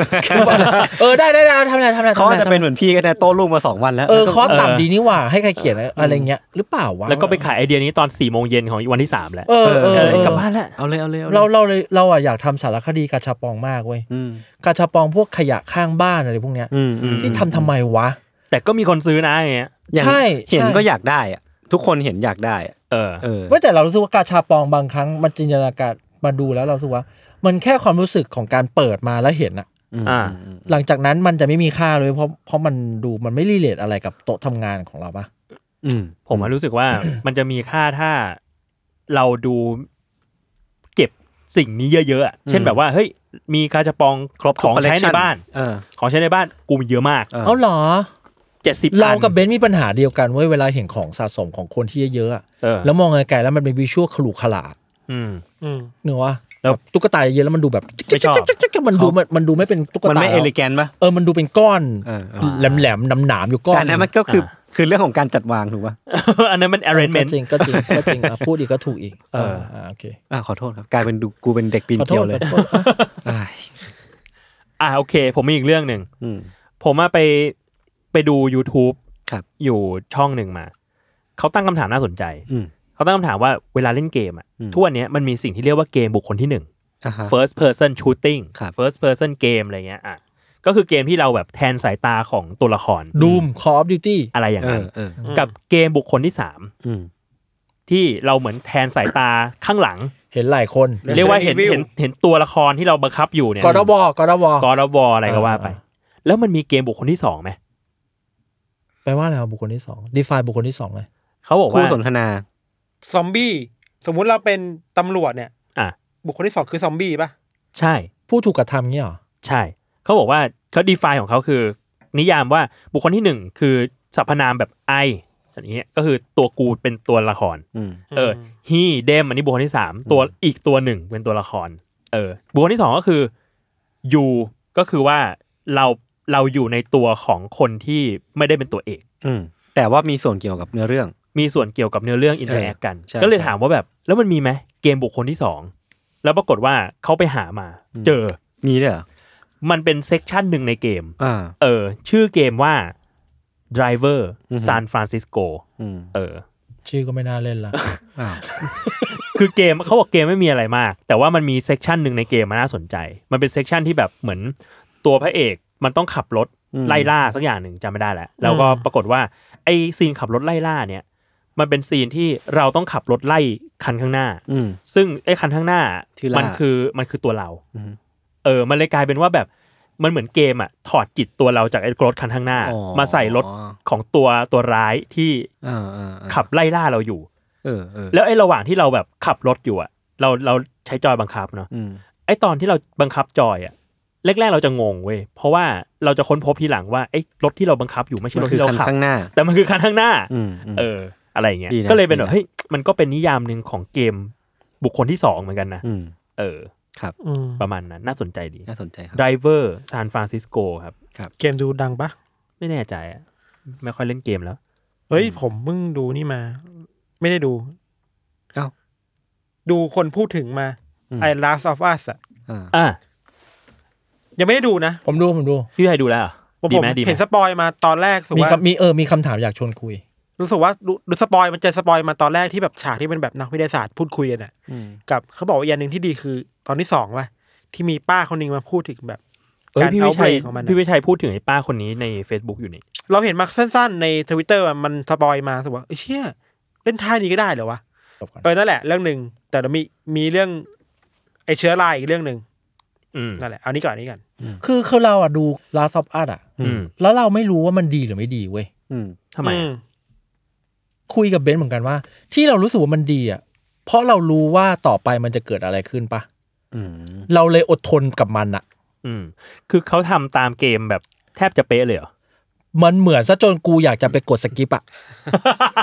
Speaker 5: เออได้ได้ได้ทำอะไรทำอะไร
Speaker 2: เขา
Speaker 5: ทำอะไร
Speaker 2: อาจจะเป็นเหมือนพี่ก็ได้โต้รุ่งมาสองวันแล้ว
Speaker 5: เออ
Speaker 2: แล้ว
Speaker 5: ค
Speaker 2: ก็
Speaker 5: อร์ส
Speaker 4: เออ
Speaker 5: ต่ำดีนี่หว่า ให้ใครเขียนอะไรเงี้ยหรือเปล่าวะ
Speaker 4: แล้วก็ไปขายไอเดียนี้ตอน4ี่โมงเย็นของวันที่ 3 แล้ว
Speaker 5: เออเออ
Speaker 4: เออ
Speaker 5: เออก
Speaker 4: ลับบ้านแล้ว
Speaker 2: เอาเลยเอาเลยอลย
Speaker 5: เราเราเลยเราอ่ะอยากทำสารคดีกาชาปองมากเว้ย
Speaker 2: อืม
Speaker 5: กาชาปองพวกขยะข้างบ้านอะไรพวกเนี้ย
Speaker 2: อืมอืม
Speaker 5: ที่ทำทำไมวะ
Speaker 4: แต่ก็มีคนซื้อนะอย่างเงี้ย
Speaker 2: อย่าง
Speaker 5: ใช่
Speaker 2: เห็น
Speaker 5: ใช่
Speaker 2: ก็อยากได้อะทุกคนเห็นอยากได้อะ
Speaker 4: เออ
Speaker 2: เออ
Speaker 5: ว่าแต่เรารู้สึกว่ากาชาปองบางครั้งมันจินตนาการมาดูแล้วเรารู้สึกว่า มันแค่ความรู้สึกของการเปิดมาแล้วเห็นอะ
Speaker 2: ม
Speaker 4: อ่า
Speaker 2: ม
Speaker 5: หลังจากนั้นมันจะไม่มีค่าเลยเพราะเพราะมันดูมันไม่รีเลทอะไรกับโต๊ะทำงานของเราปะ
Speaker 2: อืม
Speaker 4: ผมอะรู้สึก
Speaker 5: <coughs>
Speaker 4: ว่า มันจะมีค่าถ้าเราดูเก็บสิ่งนี้เยอะๆอะเช่นแบบว่าเฮ้ยมีกาจะปองครบของใช้ในบ้าน
Speaker 2: เออ
Speaker 4: ของใช้ในบ้านกูมีเยอะมาก
Speaker 2: เออ
Speaker 5: เอาเหรอ
Speaker 4: เจ็ดสิบ
Speaker 5: เรากับเบนซ์มีปัญหาเดียวกันเว้ยเวลาเห็นของสะสมของคนที่เยอะๆอะ
Speaker 4: เออ
Speaker 5: แล้วมองไกลๆแล้วมันเป็นวิชวลขลุขลา
Speaker 4: อืม
Speaker 3: อืม
Speaker 5: เนื้อวะ
Speaker 4: แล้ว
Speaker 5: บบตุ๊กตาเยอะๆแล้วมันดูแบบ
Speaker 4: ไม่ชอบ
Speaker 5: มันดูมันมันดูไม่เป็นตุ๊ก
Speaker 2: มัน
Speaker 5: ตา
Speaker 2: ไม่เอลิแกนปะ
Speaker 5: เออมันดูเป็นก้อน
Speaker 2: เออเออ
Speaker 5: แหลมๆหนามๆอยู่ก้อ
Speaker 2: แต่
Speaker 5: น
Speaker 2: อันนั้นมันก็คือคือเรื่องของการจัดวางถูกป่ะ
Speaker 4: อันนั้นมัน
Speaker 5: เออ
Speaker 4: arrangement
Speaker 5: ก็จริงก็จริงก็จริงอ่ะพูดอีกก็ถูกอีก
Speaker 4: เออ
Speaker 5: เโอเค
Speaker 2: อ่าขอโทษครับกลายเป็นดูกูเป็นเด็กปีน
Speaker 5: ขอโท
Speaker 2: เกลียว
Speaker 5: ษ
Speaker 2: เลย
Speaker 5: ขอโทษอ่ <laughs> ะ
Speaker 2: อ่า
Speaker 4: อ่าโอเค ผมมีอีกเรื่องหนึ่ง
Speaker 2: อืม
Speaker 4: ผมมาไปไปดู YouTube
Speaker 2: ครับ
Speaker 4: อยู่ช่องหนึ่งมา เขาตั้งคำถามน่าสนใจ
Speaker 2: อืม
Speaker 4: เขาตั้งคำถามว่าเวลาเล่นเกมอ่ะ
Speaker 2: อืม
Speaker 4: ทุกวันเนี้ยมันมีสิ่งที่เรียกว่าเกมบุคคลที่หนึ่ง
Speaker 2: อ่าฮะ
Speaker 4: first person shooting
Speaker 2: ครับ
Speaker 4: first person game อะไรเงี้ยอ่ะก็คือเกมที่เราแบบแทนสายตาของตัวละคร
Speaker 5: ดูมคอฟดิวตี้
Speaker 4: อะไรอย่าง
Speaker 2: เอ
Speaker 4: นั้
Speaker 2: อน เออ
Speaker 4: กับเกมบุคคลที่สาม
Speaker 2: อืม
Speaker 4: ที่เราเหมือนแทนสายตาข้างหลัง
Speaker 5: เห็นหลายคน
Speaker 4: เรียกว่าเห็นเห็นเห็นตัวละครที่เราบังคับอยู่เนี่ย
Speaker 5: กรบกรบ
Speaker 4: กอร์วออะไรก็ว่าไป แล้วมันมีเกมบุคคลที่สองไหม
Speaker 5: แปลว่าอะไรวะบุคคลที่สองดีฟายบุคคลที่สองเลย
Speaker 4: เขาบอก
Speaker 2: คู่
Speaker 4: ว่า
Speaker 2: สนทนา
Speaker 3: ซอมบี้สมมุติเราเป็นตำรวจเนี่ย
Speaker 4: อ่ะ
Speaker 3: บุคคลที่สองคือซอมบี้ป่ะ
Speaker 4: ใช่
Speaker 5: ผู้ถูกกระทำเงี้ยเหรอ
Speaker 4: ใช่ เขาบอกว่าเขาดีฟายของเขาคือ นิยามว่าบุคคลที่หนึ่งคือสรรพนามแบบไออย่างเงี้ยก็คือตัวกูเป็นตัวละคร
Speaker 2: อืม
Speaker 4: เออฮีเดมอันนี้บุคคลที่สามตัวอีกตัวหนึ่งเป็นตัวละคร เออ บุคคลที่สองก็คือยูก็คือว่าเราเราอยู่ในตัวของคนที่ไม่ได้เป็นตัวเอก
Speaker 2: อืม แต่ว่ามีส่วนเกี่ยวกับเนื้อเรื่อง
Speaker 4: มีส่วนเกี่ยวกับเนื้อเรื่องอินเตอร์แอคกัน
Speaker 2: ใช่
Speaker 4: ก็เลย
Speaker 2: ใช่
Speaker 4: ถามว่าแบบ แล้วมันมีไหมเกมบุคคลที่สองแล้วปรากฏว่าเขาไปหามา เจอ
Speaker 2: มีด้วยเหรอ
Speaker 4: มันเป็นเซกชันหนึ่งในเกม
Speaker 2: อ่า
Speaker 4: เออ ชื่อเกมว่า driver
Speaker 2: อือฮึ
Speaker 4: San Francisco
Speaker 2: อืม
Speaker 4: เออ
Speaker 5: ชื่อก็ไม่น่าเล่น <laughs> ละ
Speaker 2: อ้าว
Speaker 4: คือเกมเขาบอกเกมไม่มีอะไรมาก แต่ว่ามันมีเซกชันหนึ่งในเกมมันน่าสนใจ มันเป็นเซกชันที่แบบเหมือนตัวพระเอกมันต้องขับรถไล่ล่าสักอย่างหนึ่งจำไม่ได้แล้วแล้วก็ปรากฏว่าไอ้ซีนขับรถไล่ล่าเนี่ย มันเป็นซีนที่เราต้องขับรถไล่คันข้างหน้า
Speaker 2: อืม
Speaker 4: ซึ่งไอ้คันข้างหน้า
Speaker 2: ที่ล่ามั
Speaker 4: มันคือมันคือตัวเรา
Speaker 2: อือฮึ
Speaker 4: เออ มันเลยกลายเป็นว่าแบบมันเหมือนเกมอะถอดจิตตัวเราจากไอ้รถคันข้างหน้า
Speaker 2: อ๋อ
Speaker 4: มาใส่รถของตัวตัวร้ายที่
Speaker 2: อ่าอ่าอ่า
Speaker 4: ขับไล่ล่าเราอยู่
Speaker 2: เออเออ
Speaker 4: แล้วไอ้ระหว่างที่เราแบบขับรถอยู่อะเราเราใช้จอยบังคับเนาะ
Speaker 2: อืม
Speaker 4: ไอ้ตอนที่เราบังคับจอยอะแรกๆเราจะงงเว้ยเพราะว่าเราจะค้นพบทีหลังว่าไอ้รถที่เราบังคับอยู่ไม่ใช่
Speaker 2: มั
Speaker 4: ร
Speaker 2: น
Speaker 4: ถ
Speaker 2: คือ
Speaker 4: ที่เรา
Speaker 2: คัน
Speaker 4: ขับ
Speaker 2: ข้างหน้า
Speaker 4: แต่มันคือคันข้างหน้า
Speaker 2: อืมอืม
Speaker 4: เออ อะไรอย่างเงี้ย
Speaker 2: ดีนะ
Speaker 4: ก็เลยเป็นแบ
Speaker 2: ดี
Speaker 4: บ
Speaker 2: นะ
Speaker 4: เฮ้ยมันก็เป็นนิยามหนึ่งของเกมบุคคลที่สองเหมือนกันนะ
Speaker 2: ม
Speaker 4: เออ
Speaker 3: อืม
Speaker 4: ประมาณนั้นน่าสนใจดี
Speaker 2: น่าสนใจครับ
Speaker 4: Driver San Francisco ครับ
Speaker 3: เกมดูดังปะ
Speaker 4: ไม่แน่ใจอะไม่ค่อยเล่นเกมแล้ว
Speaker 3: เฮ้ย ผมเพิ่งดูนี่มา ไม่ได้ดู
Speaker 2: อ้าว
Speaker 3: ดูคนพูดถึงมา
Speaker 2: อืม
Speaker 3: ไอ้ Last of Us อะ
Speaker 2: อ่า
Speaker 4: อ่ะ
Speaker 3: ยังไม่ได้ดูนะ
Speaker 5: ผมดูผมดู
Speaker 4: พี่ชัยดูแล้วเหรอ
Speaker 3: ผม
Speaker 4: ดีไหมดีไหม
Speaker 3: เห็นสปอยมาตอนแรกรู้สึก
Speaker 5: มี
Speaker 3: ว่า
Speaker 5: คำมีเออมีคำถามอยากชวนคุย
Speaker 3: รู้สึกว่าดูดูสปอยมันจะสปอยมาตอนแรกที่แบบฉากที่เป็นแบบนักวิทยาศาสตร์พูดคุยกันอ่ะ
Speaker 2: อืม
Speaker 3: กับเขาบอกว่าอย่างหนึ่งที่ดีคือตอนที่สองว่ะที่มีป้าคนหนึงมาพูดถึงแบบ
Speaker 4: เอ้ย
Speaker 3: การ
Speaker 4: พี่
Speaker 3: เอา
Speaker 4: วิ
Speaker 3: ไป
Speaker 4: ชัย
Speaker 3: ของมัน
Speaker 4: พี่
Speaker 3: อะ
Speaker 4: วิชัยพูดถึงไอ้ป้าคนนี้ใน Facebook อยู่นี่
Speaker 3: เราเห็นมาสั้นๆ ในทวิตเตอร์มันสปอยมารู้สึกว่าเอ้ยเชี่ยเล่นท่านี้ก็ได้เหรอวะ
Speaker 5: จบก่อน
Speaker 3: เออนั่นแหละเรื่องหนึ่งแต่เรามีมีเรื่องไอเชื้อรายอีกเรื่องหนึ่ง
Speaker 4: อืม
Speaker 3: นั่นแหละเอานี้ก่อนอันนี้ก่อน
Speaker 5: คือคือเราอะดูลาซอฟอัดอะ
Speaker 4: อืม
Speaker 5: แล้วเราไม่รู้ว่ามันดีหรือไม่ดีเว้ย
Speaker 2: อืม
Speaker 4: ทำไม
Speaker 3: อื
Speaker 4: อะ
Speaker 5: คุยกับเบนซ์เหมือนกันว่า ที่เรารู้สึกว่ามันดีอะเพราะเรารู้ว่าต่อไปมันจะเกิดอะไรขึ้นปะ
Speaker 2: อืม
Speaker 5: เราเลยอดทนกับมันอะ
Speaker 4: อืม คือเขาทำตามเกมแบบแทบจะเป๊ะเลยเหรอ
Speaker 5: มันเหมือนซะจนกูอยากจะไปกดสกิปอะ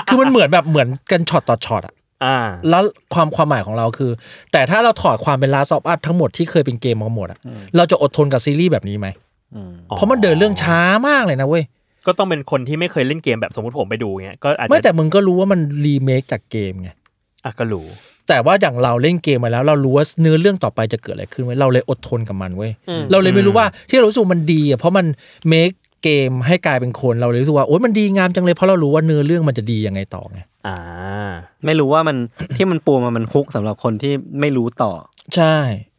Speaker 5: คือมันเหมือนแบบเหมือนกันช็อตต่อช็อตอะ
Speaker 4: อ่า
Speaker 5: แล้วความความหมายของเราคือ แต่ถ้าเราถอดความเป็นลาซอฟอัดทั้งหมดที่เคยเป็นเกมมาหมดอะเราจะอดทนกับซีรีส์แบบนี้ไหม
Speaker 2: อืม
Speaker 4: อ๋อ
Speaker 5: เพราะมันเดินเรื่องช้ามากเลยนะเว้ย
Speaker 4: ก็ต้องเป็นคนที่ไม่เคยเล่นเกมแบบสมมติผมไปดูเงี้ยก็อาจ
Speaker 5: ไม่
Speaker 4: จะ
Speaker 5: แต่มึงก็รู้ว่ามันรีเมคจากเกมไง
Speaker 4: อ่ะก็รู้
Speaker 5: แต่ว่าอย่างเราเล่นเกมมาแล้ว เรารู้ว่าเนื้อเรื่องต่อไปจะเกิดอะไรขึ้นไว้ยเราเลยอดทนกับมันเว้ย
Speaker 3: ม
Speaker 5: เราเลยไม่รู้ว่าที่เรารู้สึกว่ามันดีอ่ะเพราะมันเมคเกมให้กลายเป็นคนเราเลยรู้สึกว่าโอ๊ยมันดีงามจังเลยเพราะเรารู้ว่าเนื้อเรื่องมันจะดียังไงต่อไง
Speaker 4: อ่า
Speaker 2: ไม่รู้ว่ามัน <coughs> ที่มันปูมามันฮุกสำหรับคนที่ไม่รู้ต่อ
Speaker 5: ใช่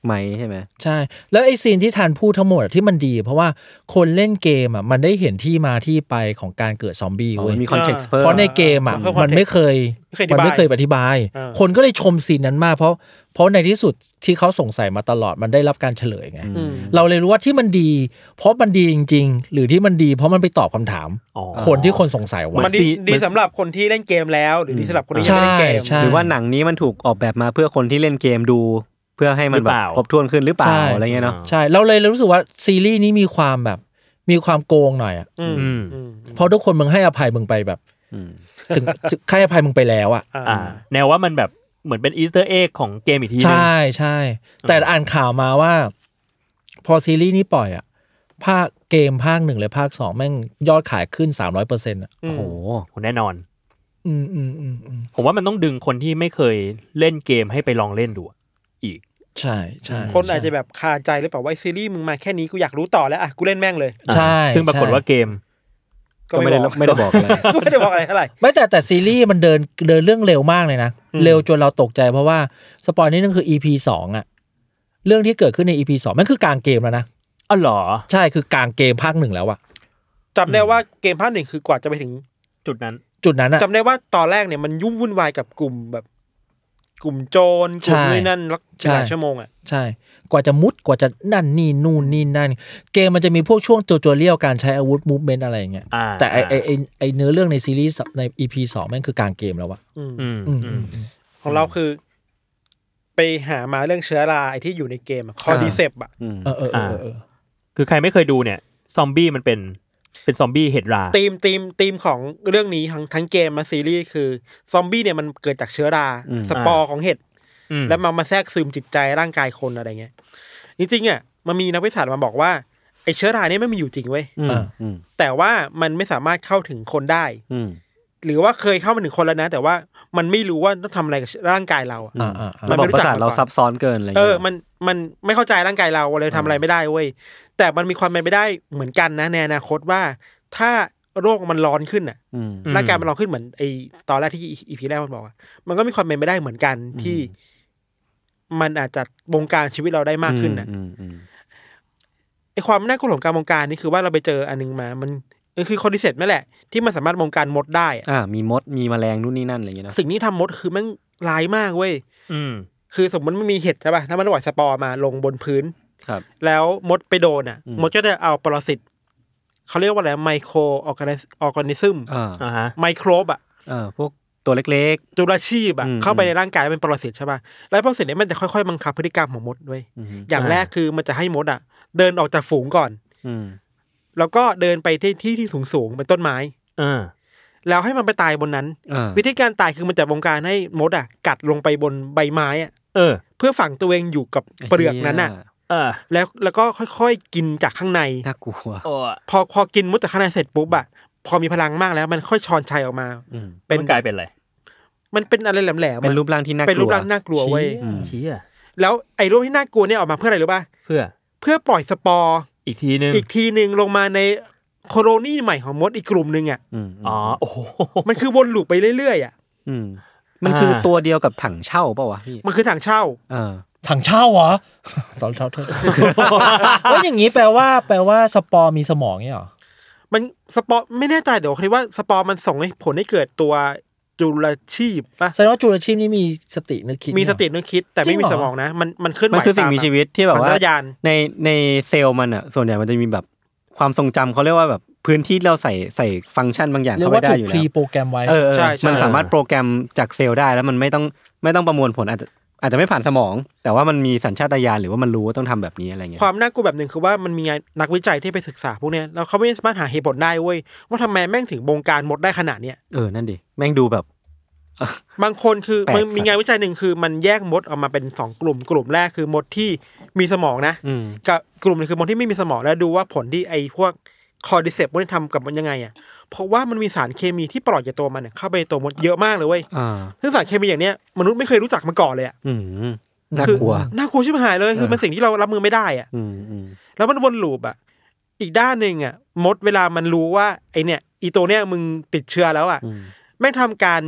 Speaker 2: ไหมใช่ไหม
Speaker 5: ใช่ แล้วไอ้ซีนที่ทานพูดทั้งหมดอะที่มันดี เพราะว่าคนเล่นเกมอ่ะมันได้เห็นที่มาที่ไปของการเกิดซอมบี้
Speaker 2: อ๋อ
Speaker 5: เว้
Speaker 2: มั
Speaker 5: ย
Speaker 2: นมีคอนเทกต์เพิ่ม
Speaker 5: เพราะในเกมอ่ะ
Speaker 3: เพิ่
Speaker 5: มันไม่เคย
Speaker 3: context
Speaker 5: มันไม่เคย
Speaker 3: ไม่
Speaker 5: อ
Speaker 3: เคยอธิ
Speaker 5: ธิบา
Speaker 3: บาย ยเออ
Speaker 5: คนก็เลยชมซีนนั้นมากเพราะเพราะในที่สุดที่เขาสงสัยมาตลอดมันได้รับการเฉลยไง
Speaker 3: อืม
Speaker 5: เราเลยรู้ว่าที่มันดี เพราะมันดีจริง ๆ หรือที่มันดี เพราะมันไปตอบคำถาม
Speaker 4: อ๋อ
Speaker 5: คนที่คนสงสัยไว้
Speaker 3: มันดี
Speaker 4: เหมือนซี
Speaker 3: ดี
Speaker 4: เหมือน
Speaker 3: สำหรับคนที่เล่นเกมแล้ว หรือดีสำหรับคนที่ยังไม่
Speaker 5: ใช่
Speaker 3: เล่นเกม
Speaker 5: ใช่
Speaker 2: หรือว่าหนังนี้มันถูกออกแบบมาเพื่อคนที่เล่นเกมดู เพื่อให้มัน
Speaker 4: หรือ
Speaker 2: แบ
Speaker 4: เป
Speaker 2: บ
Speaker 4: ล่า
Speaker 2: ครบถ้วนขึ้นหรือเปล่า
Speaker 5: ใช่
Speaker 2: อะไรเงี้ยเนาะ
Speaker 5: ใช่เราเลยรู้สึกว่าซีรีส์นี้มีความแบบ มีความโกงหน่อยอ่ะ
Speaker 3: อืม
Speaker 4: อืม
Speaker 3: อืม
Speaker 5: เพราะทุกคนมึงให้อภัยมึงไปแบบ
Speaker 2: อืม
Speaker 5: ถึง <laughs> ถึงให้อภัยมึงไปแล้วอ่ะ
Speaker 3: อ่า
Speaker 4: อ่า แนวว่ามันแบบเหมือนเป็นอีสเตอร์เอ็กของเกมอีกทีนึง
Speaker 5: ใช่ใช่ แต่อ่านข่าวมาว่า พอซีรีส์นี้ปล่อยอ่ะภาคเกมภาคหนึ่งเลยภาคสองแม่งยอดขายขึ้นสามร้อยเปอร์เซ็นต์อ่ะ
Speaker 3: อื
Speaker 2: โอ้
Speaker 3: ม
Speaker 2: โห
Speaker 4: ผมแน่นอน
Speaker 5: อืมอืมอืมอืม
Speaker 4: ผมว่ามันต้องดึงคนที่ไม่เคยเล่นเกมให้ไปลองเล่นดูอะอีก
Speaker 5: ใช่ใช่
Speaker 3: คนอาจจะแบบคาใจหรือเปล่าว่าไอ้ซีรีส์มึงมาแค่นี้กูอยากรู้ต่อแล้วอ่ะกูเล่นแม่งเลย
Speaker 5: ใช่
Speaker 4: ซึ่งปรากฏว่าเกม
Speaker 3: ก็
Speaker 2: ก็ไม่
Speaker 3: ไม่
Speaker 2: ได้
Speaker 3: ได้บอก
Speaker 2: ไม่ได้บอกอะไร
Speaker 3: <laughs> ก็ไม่ได้บอกอะไรเท่าไหร่
Speaker 5: ไม่แต่แต่ซีรีส์มันเดินเดินเรื่องเร็วมากเลยนะ
Speaker 3: อืม
Speaker 5: เร็วจนเราตกใจเพราะว่า สปอยนิดนึงคือ EP สองอ่ะ เรื่องที่เกิดขึ้นใน EP สองมันคือกลางเกมแล้วนะ
Speaker 4: อ๋อเหรอ
Speaker 5: ใช่คือกลางเกมภาคหนึ่งแล้วอ่ะ
Speaker 3: จำได้ว่าเกมภาคหนึ่งคือกว่าจะไปถึง
Speaker 4: จุดนั้น
Speaker 5: จุดนั้นอ่ะ
Speaker 3: จำได้ว่าตอนแรกเนี่ยมันยุ่งวุ่นวายกับกลุ่มแบบ กลุ่มโจรกลุ่มนี่นั่นแล้ว
Speaker 5: ใช่
Speaker 3: หลายชั่วโมงอ่ะ
Speaker 5: ใช่ กว่าจะมุดกว่าจะนั่นนี่นู่นนี่นั่น เกมมันจะมีพวกช่วงโจโจเรียวการใช้อาวุธมูฟเมนต์อะไรอย่างเงี้ย
Speaker 4: อ่า
Speaker 5: แต่ไอไอไอ้ไอเนื้อเรื่องในซีรีส์ใน EP สองแม่งคือกลางเกมแล้วอะ
Speaker 3: อืม
Speaker 4: อืม
Speaker 5: อืม
Speaker 4: อืม
Speaker 3: ของเราคือ ไปหามาเรื่องเชื้อราไอ้ที่อยู่ในเกมคอดีเซปอ่ะ
Speaker 2: อืม
Speaker 5: เออเออเออเออ
Speaker 4: คือใครไม่เคยดูเนี่ย ซอมบี้มันเป็นเป็นซอมบี้เห็ดรา
Speaker 3: ตีมตีมตีมของเรื่องนี้ทั้งทั้งเกมมาซีรีส์คือ ซอมบี้เนี่ยมันเกิดจากเชื้อรา สปอร์ของเห็ด
Speaker 4: อืม
Speaker 3: แล้วมันมาแทรกซึมจิตใจร่างกายคนอะไรเงี้ยจริงๆอ่ะมันมีนักวิทยาศาสตร์มาบอกว่าไอ้เชื้อราเนี่ยไม่มีอยู่จริงเว้ย
Speaker 2: อืม
Speaker 5: อ่า
Speaker 2: อืม
Speaker 3: แต่ว่ามันไม่สามารถเข้าถึงคนได้
Speaker 2: อืม
Speaker 3: หรือว่าเคยเข้ามาถึงคนแล้วนะ แต่ว่ามันไม่รู้ว่าต้องทำอะไรกับร่างกายเราอะ
Speaker 5: อ่าอ่าอ่า
Speaker 3: มั
Speaker 2: ระ
Speaker 3: น
Speaker 2: บบ
Speaker 3: ไม่รู้
Speaker 2: ป
Speaker 3: จั
Speaker 2: ระ
Speaker 3: ก
Speaker 2: สาทเรา
Speaker 3: มาก่อน
Speaker 2: ซับซ้อนเกินอะไร
Speaker 3: เอ
Speaker 2: เงี้
Speaker 3: อย มันมันไม่เข้าใจร่างกายเราเลยทำอะไรไม่ได้เว้ยแต่มันมีความเป็นไปได้เหมือนกันนะในอนาคตว่า ถ้าโรคมันร้อนขึ้นอ่ะ
Speaker 2: อืม
Speaker 4: ม
Speaker 3: ร่างกายมันร้อนขึ้นเหมือนไอตอนแรกที่อีพีแรกมันบอกอะมันก็มีความเป็นไปได้เหมือนกันที่ มันอาจจะบงการชีวิตเราได้มากขึ้นนะ
Speaker 2: อืมอืม
Speaker 3: ไอความน่ากลัวของการบงการนี่คือว่าเราไปเจออันนึงมา มันมันคือคอนดิเซตนั่นแหละ ที่มันสามารถบงการมดได้อะ
Speaker 2: อ่า มีมดมีแมลงนู่นนี่นั่นอะไรอย่างเงี้ยเนอะ
Speaker 3: สิ่งนี้ทำมดคือแมันร้ายมากเว้ย
Speaker 4: อืม
Speaker 3: คือสมมติมันมีเห็ดใช่ป่ะถ้ามันปล่อยสปอร์มาลงบนพื้น
Speaker 2: ครับ
Speaker 3: แล้วมดไปโดนอ่ะ
Speaker 2: อืม
Speaker 3: มดก็จะเอาปรสิตเขาเรียกว่าอะไรไมโครออร์แกนิซึม
Speaker 2: อ่า
Speaker 4: อ่าฮะ
Speaker 3: ไมโครบอ่ะ
Speaker 2: เออพวกตัวเล็ก
Speaker 3: จุลชีพอ่ะ
Speaker 2: อืม
Speaker 3: เข้าไปในร่างกายแล้วเป็นปรสิตใช่ป่ะแล้วปรสิตเนี่ยมันจะค่อยๆบังคับพฤติกรรมของมดด้วย
Speaker 2: ๆอืม
Speaker 3: อย่าง
Speaker 4: อ่า
Speaker 3: แรกคือมันจะให้มดอ่ะ เดินออกจากฝูงก่อน
Speaker 2: อืม
Speaker 3: แล้วก็เดินไปที่ที่ที่สูงๆเป็นต้นไม้
Speaker 4: เออ
Speaker 3: แล้วให้มันไปตายบนนั้น
Speaker 2: อ่า
Speaker 3: วิธีการตายคือมันจะบงการให้มดอ่ะ กัดลงไปบนใบไม้อ่ะ
Speaker 4: เออ
Speaker 3: เพื่อฝังตัวเองอยู่กับเปลือกนั้นอ่ะ
Speaker 4: เออ
Speaker 3: แล้วแล้วก็ค่อยๆกินจากข้างใน
Speaker 2: น่ากลัว
Speaker 4: โอ้
Speaker 3: พอพอกินมดจากข้างในเสร็จปุ๊บอ่ะพอมีพลังมากแล้วมันค่อยชอนชัยออกมา
Speaker 2: อืม
Speaker 3: เป็
Speaker 4: เป็น นกลายเป็นอะไร
Speaker 3: มันเป็นอะไรแหลมๆอะ
Speaker 2: เป็นรูปร่างที่น่ากลัว
Speaker 3: เป็นรูปร่างน่ากลัวเว้ย
Speaker 5: ชี่ย
Speaker 2: อืม
Speaker 4: เชี้อ่ะ
Speaker 3: แล้วไอ้รูปที่น่ากลัวเนี่ยออกมาเพื่ออะไรรู้ป่ะ
Speaker 4: เพื่อ
Speaker 3: เพื่อปล่อยสปอร์
Speaker 4: อีกทีนึง
Speaker 3: อีกทีหนึ่งลงมาในโคโรนีใหม่ของมดอีกกลุ่มหนึ่งอ่ะ
Speaker 2: อืม
Speaker 4: อ๋อโอ้โห
Speaker 3: มันคือวนลูปไปเรื่อยๆอ่ะ
Speaker 2: อืมมันคืออา ตัวเดียวกับถังเช่าเปล่าวะพี่
Speaker 3: มันคือทางเช่า
Speaker 2: เออ
Speaker 5: ถังเช่าเหรอ <laughs> ตอนเช่าเธอว่าอย่างนี้แปลว่า แปลว่าสปอร์มีสมองเนี่ยเหรอ
Speaker 3: มันสปอร์ไม่แน่ใจเดี๋ยวคิดว่าสปอร์มันส่งให้ผลให้เกิดตัวจุลชีพปะ
Speaker 5: แสดงว่าจุลชีพนี่มีสตินึกคิด
Speaker 3: มีสติ
Speaker 5: เนี่ย
Speaker 3: นึกคิด แต่ไม่มี
Speaker 5: จริงเห
Speaker 3: ส
Speaker 5: รอ
Speaker 3: มองนะ มันมันเคลื่อนไหว
Speaker 2: มันคือสิ่ง
Speaker 3: ตา
Speaker 2: มีชีวิตที่แบบ
Speaker 3: สัญ
Speaker 2: ว่า
Speaker 3: ชตญณ
Speaker 2: ในในเซลล์มันอ่ะ ส่วนใหญ่มันจะมีแบบความทรงจำเขาเรียกว่าแบบพื้นที่เราใส่ใส่ฟังก์ชันบางอย่าง
Speaker 5: เรีย
Speaker 2: เข้าก ไป
Speaker 5: ว่า
Speaker 2: ได้
Speaker 5: ถูก
Speaker 2: อยู่
Speaker 5: พ
Speaker 2: แล้
Speaker 5: รี
Speaker 2: ว
Speaker 5: โปรแกรมไว้
Speaker 2: เออเออ
Speaker 3: ใช่ใช่
Speaker 2: มันสามารถโปรแกรมจากเซลล์ได้แล้วมันไม่ต้องไม่ต้องประมวลผลอาจจะอาจจะไม่ผ่านสมอง แต่ว่ามันมีสัญชาตญาณหรือว่ามันรู้ว่าต้องทำแบบนี้อะไรเงี้ย
Speaker 3: ความน่ากลัวแบบหนึ่งคือว่ามันมีนักวิจัยที่ไปศึกษาพวกเนี้ยแล้วเขาไม่สามารถหาเหตุผลได้เว้ยว่าทำไมแม่งถึงบงการหมดได้ขนาดเนี้ย
Speaker 2: เออนั่นดิแม่งดูแบบ
Speaker 3: บางคนคือ
Speaker 2: แปลก
Speaker 3: มันมี
Speaker 2: สัตว์
Speaker 3: งานวิจัยหนึ่งคือมันแยกมดออกมาเป็นสองกลุ่ม กลุ่มแรกคือมดที่มีสมองนะ
Speaker 2: อืม
Speaker 3: กับกลุ่มหนึงคือมดที่ไม่มีสมองแล้วดูว่าผลที่ไอ้พวกคอร์ดิเซปมันยทำกับมันยังไงอ่ะเพราะว่ามันมีสารเคมีที่ปล่อยจากตัวมันเนี่ยเข้าไปในตัวมดเยอะมากเลยเว้ย
Speaker 2: อ่า
Speaker 3: ซึ่งสารเคมีอย่างเนี้ยมนุษย์ไม่เคยรู้จักมาก่อนเลยอ่ะ
Speaker 2: อืมน่ากลัว
Speaker 3: น่ากลัวชิบหายเลยคือ
Speaker 2: เออ
Speaker 3: มันสิ่งที่เรารับมือไม่ได้อ่ะ
Speaker 2: อืมอืม
Speaker 3: แล้วมันวนลูปอ่ะ อีกด้านหนึ่งอ่ะ มดเวลามันรู้ว่าไอเนี่ย อีตัวเนี่ยมึงติดเชื้อแล้วอ่ะ
Speaker 2: อืม
Speaker 3: แม่งทำการ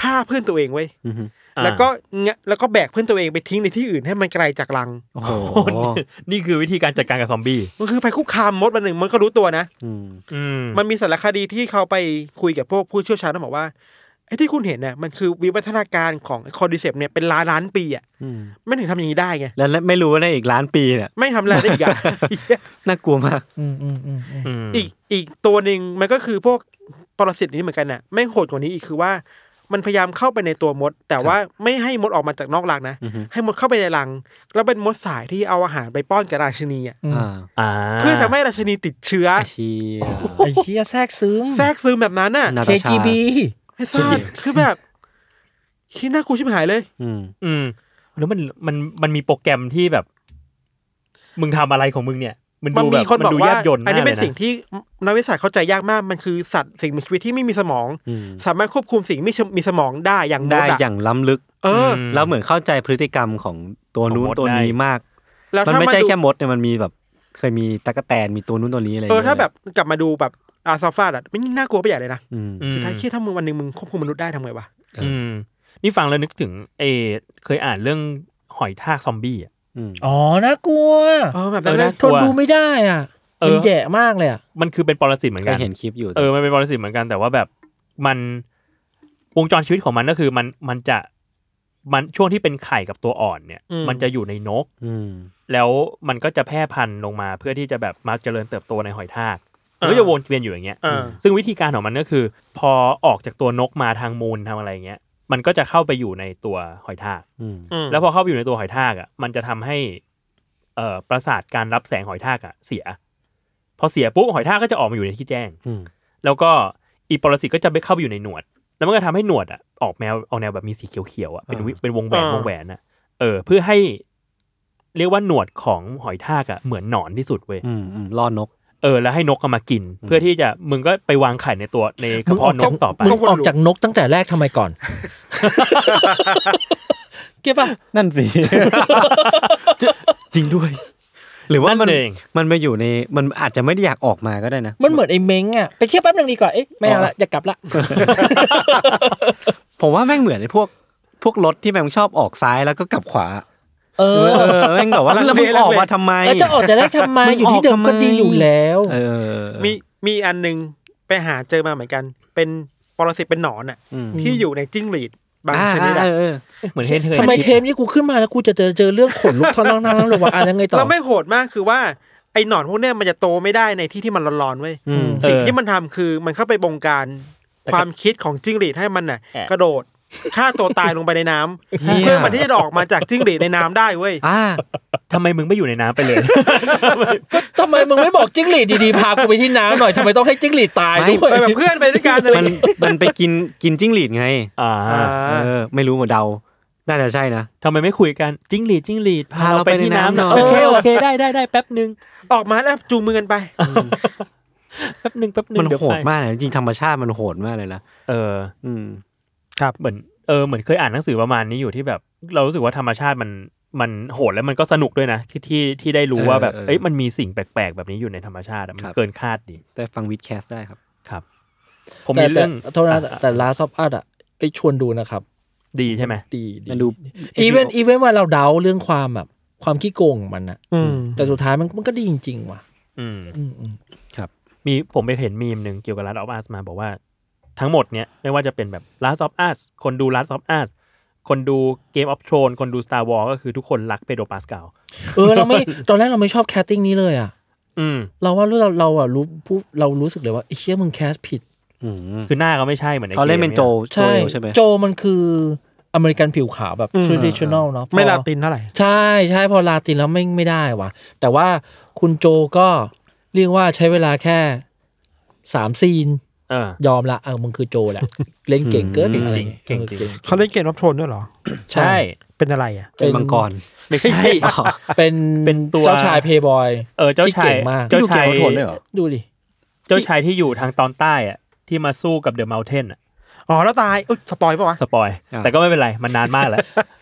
Speaker 3: ฆ่าเพื่อนตัวเองไว้ย
Speaker 2: อืม
Speaker 4: อ่า
Speaker 3: แล้วก็งะแล้วก็แบกเพื่อนตัวเองไปทิ้งในที่อื่นให้มันไกลจากรัง
Speaker 2: โอ้โห
Speaker 4: โอ้โหนี่นี่คือวิธีการจัดการกับซอมบี้
Speaker 3: มันคือภัยคุกคามมดมันหนึ่งมันก็รู้ตัวนะ
Speaker 2: อืม
Speaker 4: อืม
Speaker 3: มันมีสารคดีที่เขาไปคุยกับพวกผู้เชี่ยวชาญแล้วบอกว่าไอ้ที่คุณเห็นเนี่ยมันคือวิวัฒนาการของคอดิเซปเนี่ยเป็นล้านล้านปีอ่ะ
Speaker 2: อืม
Speaker 3: ไม่ถึงทำอย่างนี้ได้ไง
Speaker 2: แล้วไม่รู้ว่าในอีกล้านปีเนี่ย
Speaker 3: ไม่ทำอะไรได้อีกอ่ะ
Speaker 2: น่ากลัวมาก
Speaker 5: อืมอืมอืมอืม
Speaker 4: ม
Speaker 3: อีกอีกตัวหนึ่งมันก็คือพวกปรสิตนี้เหมือนกันน่ะแม่งโหดกว่านี้อีกคือว่า มันพยายามเข้าไปในตัวมด แต่ว่าไม่ให้มดออกมาจากนอกรังนะ
Speaker 2: อืม
Speaker 3: ให้มดเข้าไปในรัง แล้วเป็นมดสายที่เอาอาหารไปป้อนกับราชินีอ่ะ
Speaker 5: อืม
Speaker 2: อ่า
Speaker 4: อ่า
Speaker 3: เพื่อทำให้ราชินีติดเชื้อ
Speaker 2: ไอ้เชีย
Speaker 5: ไอ้เชี่ยแทรกซึม
Speaker 3: แทรกซึมแบบนั้นน่ะ
Speaker 2: น่า ตาชา
Speaker 5: KGB
Speaker 3: ไอ้ซ่าคือแบบคิดน่ากลัวชิบหายเลย
Speaker 2: อืม
Speaker 4: อืมแล้วมันมันมันมีโปรแกรมที่แบบ มึงทำอะไรของมึงเนี่ย มัน
Speaker 3: มัน
Speaker 4: ดูแบ
Speaker 3: มี
Speaker 4: บ
Speaker 3: คน
Speaker 4: มัน
Speaker 3: บอก
Speaker 4: ดู
Speaker 3: ว่า
Speaker 4: ยากยนต์
Speaker 3: อันนี้
Speaker 4: มาก
Speaker 3: เป็น
Speaker 4: ลยะ
Speaker 3: สิ่งที่นักวิทยาศาสตร์เข้าใจยากมากมันคือสัตว์สิ่งมีชีวิตที่ไม่มีสมอง
Speaker 2: อืม
Speaker 3: สามารถควบคุมสิ่งไม่มีสมองได้อย่างม
Speaker 2: ได้
Speaker 3: ดอะ
Speaker 2: อย่างล้ำลึก
Speaker 3: เออ
Speaker 4: ม
Speaker 2: เราเหมือนเข้าใจพฤติกรรมของตัวนู้น
Speaker 4: ของมด
Speaker 2: ตัวนี้
Speaker 4: ได้
Speaker 2: มาก
Speaker 3: แล้ว
Speaker 2: มัน
Speaker 3: ถ้า
Speaker 2: ไม่
Speaker 3: มา
Speaker 2: ใช่
Speaker 3: ดู
Speaker 2: แค่มดเนี่ยมันมีแบบเคยมีตะกแตนมีตัวนู้นตัวนี้อะไรย่
Speaker 3: เอง อ
Speaker 2: งี้ย
Speaker 3: ถ้าแบบกลับมาดูแบบอาซอฟาดอะไม่งน่ากลัวไปใหญ่เลยนะ
Speaker 2: อืม
Speaker 4: อืม
Speaker 3: สุดท้ายเครียดถ้ามึงวันหนึ่งมึงควบคุมมนุษย์ได้ทำไงวะ
Speaker 4: อืมนี่ฟังแล้วนึกถึงเออเคยอ่านเรื่องหอยทากซอมบี้อ่ะ
Speaker 2: อืม
Speaker 5: อ๋อน่ากลัว
Speaker 3: เออแบบนั้น
Speaker 4: เออ
Speaker 3: เลย
Speaker 4: นะ
Speaker 5: ทนดูไม่ได้อ่ะ
Speaker 4: เออ
Speaker 5: มันแย่มากเลยอ่ะ
Speaker 4: มันคือเป็นปรสิตเหมือน
Speaker 2: เค
Speaker 4: กั
Speaker 2: ย
Speaker 4: น
Speaker 2: เห็นคลิปอยู่
Speaker 4: เออ มันเป็นปรสิตเหมือนกันแต่ว่าแบบมันวงจรชีวิตของมันก็คือมันมันจะ มันช่วงที่เป็นไข่กับตัวอ่อนเนี่ย
Speaker 3: อืม
Speaker 4: มันจะอยู่ในนก
Speaker 2: อืม
Speaker 4: แล้วมันก็จะแพร่พันธุ์ลงมาเพื่อที่จะแบบมาเจริญเติบโตในหอยทาก
Speaker 3: อ่า
Speaker 4: แล้วก็จะวนเวียนอยู่อย่างเงี้ย
Speaker 3: อ่า
Speaker 4: ซึ่งวิธีการของมันก็คือ พอออกจากตัวนกมาทางมูลทางอะไรเงี้ย มันก็จะเข้าไปอยู่ในตัวหอยทาก
Speaker 2: อืม
Speaker 3: ม
Speaker 4: แล้วพอเข้าไปอยู่ในตัวหอยทากอ่ะ มันจะทำให้ เอ่อประสาทการรับแสงหอยทากอ่ะเสีย พอเสียปุ๊บหอยทากก็จะออกมาอยู่ในที่แจ้ง
Speaker 2: อืม
Speaker 4: แล้วก็อีปรสิตก็จะไปเข้าไปอยู่ในหนวด แล้วมันก็ทำให้หนวดอ่ะออกแมวออกแนวแบบมีสีเขียวๆอ่ะเป็นวิเป็นวงแหวนวงแหวนอ่ะเออ เพื่อให้ เรียกว่าหนวดของหอยทากอ่ะเหมือนหนอนที่สุดเว้ย
Speaker 2: อืมอืมล่อนก
Speaker 4: เออแล้วให้นกก็มากิน เพื่อที่จะมึงก็ไปวางไข่ในตัวในกระเพาะนกต่อไป
Speaker 5: มึงออกจากนกตั้งแต่แรกทำไมก่อน เก็บป่ะ
Speaker 2: นั่นสิ <laughs> จริงด้วย หรือว่ามัน
Speaker 4: นั่นเอง
Speaker 2: มันมาอยู่ในมันอาจจะไม่ได้อยากออกมาก็ได้นะ
Speaker 5: มันเหมือนไอ้เม้งอ่ะ ไปเที่ยวแป๊บนึงดีกว่า เอ๊ะไม่เอาละอยากกลับละ
Speaker 2: ผมว่าแม่งเหมือนไอ้พวกพวกรถที่แม่งชอบออกซ้ายแล้วก็กลับขวา
Speaker 5: เอ
Speaker 2: เอ
Speaker 5: อ
Speaker 2: อแม่งแบบว่าแล้วมึงออกมาทำไม
Speaker 5: แล้วจะออกจากได้ทำไม
Speaker 2: มัน
Speaker 5: อยู่ที่เดิ
Speaker 2: อ
Speaker 5: ม
Speaker 2: อกทำไม
Speaker 5: ก็ดีอยู่แล้ว
Speaker 2: เออ
Speaker 3: มีมีอันหนึงไปหาเจอมาเหมือนกัน เป็นปรสิตเป็นหนอนอ่ะ
Speaker 2: ม
Speaker 3: ที่อยู่ในจิ้งหรีดบางชนิด
Speaker 2: อ่า
Speaker 3: อะ
Speaker 2: เออเออ
Speaker 4: เหมือนเฮนเฮย
Speaker 5: ทำไมเทปนี้กูขึ้นมาแล้วกูจะเจอเจอเรื่องขนลุกทอนล่างๆหรือว่าอะไรไงต่อ
Speaker 3: แล้วไม่งโหดมากคือว่าไอ้หนอนพวกเนี้ยมันจะโตไม่ได้ในที่ที่มันร้อนๆเว้ย
Speaker 2: อืม
Speaker 3: สิ่งที่มันทำคือมันเข้าไปบงการความคิดของจิ้งหรีดให้มันน่ะ กระโดดฆ่าตัวตายลงไปในน้ำ
Speaker 2: เหี้ย
Speaker 3: เพื่อมันที่จะออกมาจากจิ้งหรีดในน้ำได้เว้ย
Speaker 2: อ่า
Speaker 4: ทำไมมึงไม่อยู่ในน้ำไปเลย
Speaker 5: ก็ทำไมมึงไม่บอกจิ้งหรีดดีๆ พากูไปที่น้ำหน่อยทำไมต้องให้จิ้งหรีดตายด้ว
Speaker 3: ไป
Speaker 5: ย
Speaker 3: แบบเพื่อนไปด้วยกันอะไรอ
Speaker 2: มั
Speaker 3: ย่าน งงี้
Speaker 2: มันไปกินกินจิ้งหรีดไง
Speaker 4: อ่า
Speaker 3: อ่า
Speaker 2: เออ ไม่รู้เหมือนเดา น่าจะใช่นะ
Speaker 4: ทำไมไม่คุยกันจิ้งหรีดจิ้งหรีดพา
Speaker 2: พา
Speaker 4: เรา
Speaker 2: เรา
Speaker 4: ไป
Speaker 2: ไป
Speaker 4: ที่
Speaker 2: ในน้ำ
Speaker 4: น้ำหน่อย
Speaker 2: หน่อ
Speaker 4: โอ
Speaker 2: ย
Speaker 4: เคโอเคได้ได้ได้แป๊บหนึ่ง
Speaker 3: ออกมาแล้วจูงมือกันไป
Speaker 4: แป๊บหนึ่งแป๊บหนึ่ง
Speaker 2: มัน
Speaker 4: เดี๋ยว
Speaker 2: โหด
Speaker 4: ไป
Speaker 2: มากเลยจริงๆธรรมชาติมันโหดมากเลยนะ
Speaker 4: เออ
Speaker 2: อืม
Speaker 4: เหมือนเออเหมือนเคยอ่านหนังสือประมาณนี้อยู่ที่แบบ เรารู้สึกว่าธรรมชาติมันมันโหดแล้วมันก็สนุกด้วยนะที่ที่ที่ได้รู้ว่าแบบ
Speaker 2: เออเออ
Speaker 4: เอ้ยมันมีสิ่งแปลกๆ แบบนี้อยู่ในธรรมชาติอะมัน
Speaker 2: ครับ
Speaker 4: เกินคาดดี
Speaker 2: แต่ฟังวิดแคสได้ครับ
Speaker 4: ครับ ผม
Speaker 5: แต่
Speaker 4: มี
Speaker 5: แต่
Speaker 4: เรื่อง
Speaker 5: โทษนะ
Speaker 4: อ่
Speaker 5: แต่ลาซอฟอัดอ่ะไอยชวนดูนะครับ
Speaker 4: ดีใช่ไหม
Speaker 5: ดีดี
Speaker 2: มันดู
Speaker 5: อีเวนอีเวนว่าเราเดาเรื่องความแบบความขี้โกงของมันอะ
Speaker 3: อืม
Speaker 5: แต่สุดท้ายมันมันก็ดีจริงๆว่ะ
Speaker 4: อืม
Speaker 5: อืมอืม
Speaker 4: มีผมไปเห็นมีมหนึ่งเกี่ยวกับ Last of Us มาบอกว่าทั้งหมดเนี้ยไม่ว่าจะเป็นแบบ Last of Us คนดู Last of Us คนดู Game of Thrones คนดู Star Wars ก็คือทุกคนรักเปโดรปาสกาล
Speaker 5: เออเราไม่ตอนแรกเราไม่ชอบแคสติ้งนี้เลยอ่ะ
Speaker 4: อืม
Speaker 5: เราว่าเราเราอ่ะรู้ผู้เรารู้สึกเลยว่าไอ้เชี่ยมึงแคสผิด
Speaker 2: อืม
Speaker 4: คือหน้าก็ไม่ใช่เหมือนใน
Speaker 2: เขาเล่น
Speaker 4: กม
Speaker 2: เป็นโจ
Speaker 4: ย
Speaker 2: โจเอลใช่ไหม
Speaker 5: โจมันคืออเมริกันผิวขาวแบบ traditional เนาะ
Speaker 3: ไม่
Speaker 5: พอ
Speaker 3: ลาตินเท่าไหร่
Speaker 5: ใช่ใช่พอลาตินแล้วไม่ไม่ได้ว่ะ แต่ว่าคุณโจก็เรียกว่าใช้เวลาแค่สามซีน
Speaker 4: เออ
Speaker 5: ยอมละเออมึงคือโจแหละ เล่นเก่งเกิน
Speaker 4: เก่ง
Speaker 5: อะไร
Speaker 4: จริงเก่งจริง
Speaker 5: ออ
Speaker 3: เขาเล่นเกมรับโทนด้วยเหรอ
Speaker 4: ใช่
Speaker 3: เป็นอะไรอ่ะ
Speaker 2: เป็นมังกร
Speaker 4: ไม่ใช่
Speaker 5: เป็น
Speaker 4: เป็นตัว
Speaker 5: เจ้าชายเพย์บอย
Speaker 4: เออเจ้า
Speaker 5: ที่
Speaker 4: ชา
Speaker 5: เก่
Speaker 4: ย
Speaker 5: งมาก
Speaker 4: เจ้าชาย
Speaker 2: ที่ดูเกมเขาทนด้วยเหรอ
Speaker 5: ดูดิ
Speaker 4: เจ้าชายที่อยู่ทางตอนใต้อะที่มาสู้กับเดอะเมลเทนอะ
Speaker 3: อ๋อแล้วตายอุ๊ยสปอยปะวะ
Speaker 4: สปอย
Speaker 2: อ่า
Speaker 4: แต่ก็ไม่เป็นไร มันนานมากแล้ว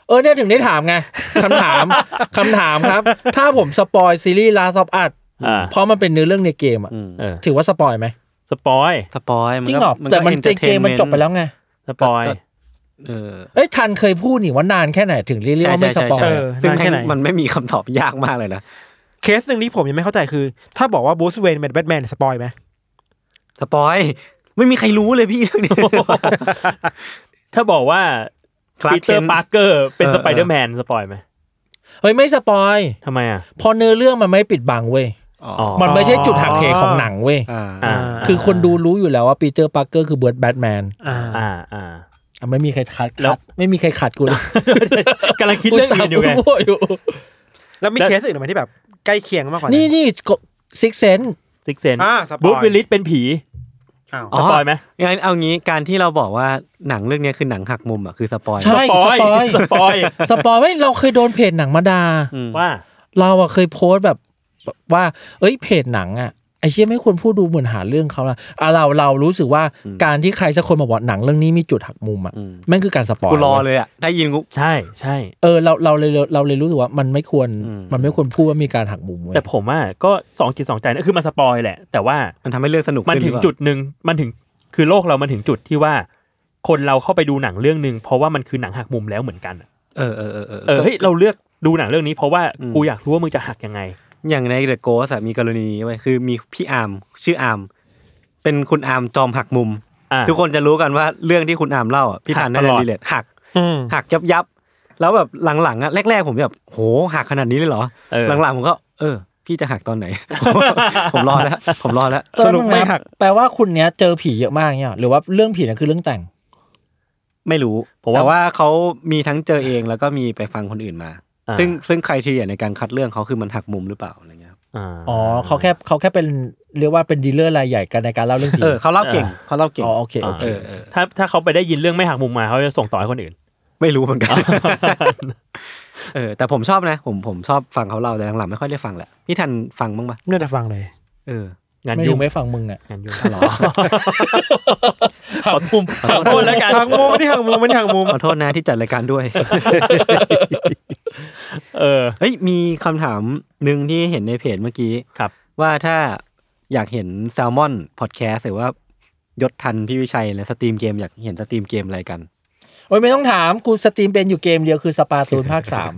Speaker 5: เออเนี่ยถึงได้ถามไงคำ
Speaker 4: <laughs>
Speaker 5: ถาม คำถามครับ ถ้าผมสปอยซีรีส์ลาซอฟอัด
Speaker 4: อ่า
Speaker 5: เพราะมันเป็นเนื้อเรื่องในเกมอ่ะ
Speaker 2: อืม
Speaker 4: เออ
Speaker 5: ถือว่าสปอยไหม
Speaker 4: สปอย
Speaker 2: สปอย
Speaker 5: จริงเหรอแต่มันในเกมมันจบไปแล้วไง
Speaker 4: สปอย
Speaker 2: เออ
Speaker 5: เอ้ยทันเคยพูดนี่ว่านานแค่ไหนถึงเรียกว่าไม่สปอย
Speaker 3: ใช่
Speaker 5: อะ
Speaker 3: เอ
Speaker 2: ซึ่ง
Speaker 3: นานแค่ไหน
Speaker 2: มันไม่มีคำตอบยากมากเลยนะ
Speaker 3: เคสหนึ่งที่ผมยังไม่เข้าใจคือ ถ้าบอกว่าบูสเวนเป็นแบทแมนสปอยไหม
Speaker 2: สปอย ไม่มีใครรู้เลยพี่ <laughs> เรื่องนี้
Speaker 4: ถ้าบอกว่า
Speaker 2: Clark
Speaker 4: ปีเตอร์
Speaker 2: Kent
Speaker 4: ปาร์เกอร์เป็น
Speaker 2: เออ
Speaker 4: สไปเดอร์แมนสปอยไหม
Speaker 5: เฮ้ยไม่สปอย
Speaker 4: ทำไมอ่ะ
Speaker 5: เพอเนื้อเรื่องมันไม่ปิดบังเว้ย
Speaker 2: อ๋อ
Speaker 5: มันไม่ใช่จุดหักเหของหนังเว้ย
Speaker 2: อ่า
Speaker 4: อ่า
Speaker 5: คือคนดูรู้อยู่แล้วว่าปีเตอร์ปาร์เกอร์คือเบิร์ดแบทแมน
Speaker 3: อ่า
Speaker 4: อ่าอ่า <laughs>
Speaker 5: อ่ะไม่มีใครขัด
Speaker 4: แล้
Speaker 5: ขั
Speaker 4: ว
Speaker 5: ดไม่มีใครขัดกูเลย
Speaker 4: กำลังคิดเรื่องอื่นอยู่ไง
Speaker 5: กูสาบ
Speaker 4: <laughs>
Speaker 5: อยู่
Speaker 3: แล้วมี
Speaker 4: แล้ว
Speaker 3: เคสอื่นไหมที่แบบใกล้เคียงมากกว่า
Speaker 5: นี่
Speaker 3: นี่
Speaker 5: นี่ซิกเซน
Speaker 4: ซิกเซน
Speaker 3: อ่าสปอย
Speaker 4: บูธวิลลิสเป็นผีสปอยไหม
Speaker 2: งั้นเอางี้การที่เราบอกว่าหนังเรื่องเนี้ยคือหนังหักมุมอ่ะคือสปอย
Speaker 5: ใช่สปอย
Speaker 4: สปอย
Speaker 5: สปอยเว้ยเราเคยโดนเพจหนังมาดา
Speaker 2: อืม
Speaker 4: ว่า
Speaker 5: เราอะเคยโพสต์แบบว่า เอ้ยเพจหนังอะไอ้เชี่ยไม่ควรพูดดูเหมือนหาเรื่องเขาละอ่ะเราเรารู้สึกว่าการที่ใครสักคนมาบอกหนังเรื่องนี้มีจุดหักมุมอะ
Speaker 2: อืม
Speaker 5: แม่งคือการสปอย
Speaker 2: กูรอเลยอ่ะ ได้ยินกู
Speaker 4: ใช่ใช่
Speaker 5: เออเราเราเลยเราเลยรู้สึกว่ามันไม่ควร
Speaker 2: อืม
Speaker 5: มันไม่ควรพูดว่ามีการหักมุมเว้ย
Speaker 4: แต่ผมว่าก็สองจิตสองใจนะคือมันสปอยแหละ แต่ว่า
Speaker 2: มันทำให้เรื่องสนุก
Speaker 4: มัน
Speaker 2: ขึ้น
Speaker 4: ถึ
Speaker 2: หรื
Speaker 4: ง
Speaker 2: อเปล่า
Speaker 4: จุดหนึ่งมันถึงคือโลกเรามันถึงจุดที่ว่า คนเราเข้าไปดูหนังเรื่องหนึ่งเพราะว่ามันคือหนังหักมุมแล้วเหมือนกันอะ
Speaker 2: เออเออเออเออ
Speaker 4: เออเฮ้ยเราเลือกดูหนังเรื่องนี้เพราะว่ากูอยากรู้ว่ามึงจะหักยังไง
Speaker 2: อย่างในเดอะโกสมีกรณีนี้ไว้ยคือมีพี่อาร์มชื่ออาร์มเป็นคุณอาร์มจอมหักมุม
Speaker 4: อ่า
Speaker 2: ทุกคนจะรู้กันว่าเรื่องที่คุณอาร์มเล่าอ่ะพี่
Speaker 4: หัก
Speaker 2: ทันน่าจะ
Speaker 4: ตลอด
Speaker 2: รีเลทหัก
Speaker 3: อืม
Speaker 2: หักยับยับ แล้วแบบหลังๆอ่ะแรกๆ ผมแบบโหหักขนาดนี้เลยเหรอ
Speaker 4: เออ
Speaker 2: หลังๆผมก็ เออ พี่จะหักตอนไห <laughs> น ผมรอแล้ว ผมรอแล้ว
Speaker 5: ตอน
Speaker 3: สรุป
Speaker 5: นั้น
Speaker 3: ไม่
Speaker 5: นะ
Speaker 3: หัก
Speaker 5: แปลว่าคุณเนี้ยเจอผีเยอะมากเนี่ยหรือว่าเรื่องผีนั่นคือเรื่องแต่ง
Speaker 2: ไม่รู้
Speaker 4: ผมว่า
Speaker 2: แต่ว่าเขามีทั้งเจอเองแล้วก็มีไปฟังคนอื่นมา
Speaker 4: อ่า
Speaker 2: ซึ่งซึ่งใครทีเดียในการคัดเรื่องเขาคือมันหักมุมหรือเปล่าอะไรเงี้ยครับ
Speaker 5: อ๋อเขาแค่เขาแค่เป็นเรียกว่าเป็นดีลเลอร์รายใหญ่กันในการเล่าเรื่องผี
Speaker 2: เออเขาเล่าเก่งเขาเล่าเก่ง
Speaker 5: อ๋อโอเคโอเค
Speaker 2: เออเออ
Speaker 4: ถ้าถ้าเขาไปได้ยินเรื่องไม่หักมุมมาเขาจะส่งต่อให้คนอื่น
Speaker 2: ไม่รู้เหมื
Speaker 4: <laughs>
Speaker 2: อนกัน เออแต่ผมชอบนะ ผมผมชอบฟังเขาเล่าแต่หลังๆไม่ค่อยได้ฟังแหละพี่ทันฟังบ้างปะ
Speaker 3: น่าจะฟังเลย
Speaker 2: เออ
Speaker 4: งาน
Speaker 5: ไม่
Speaker 4: ยุ่ง
Speaker 5: ถึงไม่ฟังมึงอ่ะ
Speaker 4: งานยุ่งหรอ ขอทุ่มขอโทษแล้วกัน
Speaker 3: หักมุมไม่ได้หักมุมไม่ได้หักมุม
Speaker 2: ขอโทษนะที่จัดรายการด้วย
Speaker 4: เออ
Speaker 2: เฮ้ยมีคำถามหนึ่งที่เห็นในเพจเมื่อกี้
Speaker 4: ครับ
Speaker 2: ว่าถ้าอยากเห็นแซลมอนพอดแคสต์หรือว่ายศทันพี่วิชัยและสตรีมเกมอยากเห็นสตรีมเกมอะไรกัน
Speaker 5: โอ้ยไม่ต้องถามกูสตรีมเป็นอยู่เกมเดียวคือสปาตูนภาค
Speaker 4: <laughs>
Speaker 5: สาม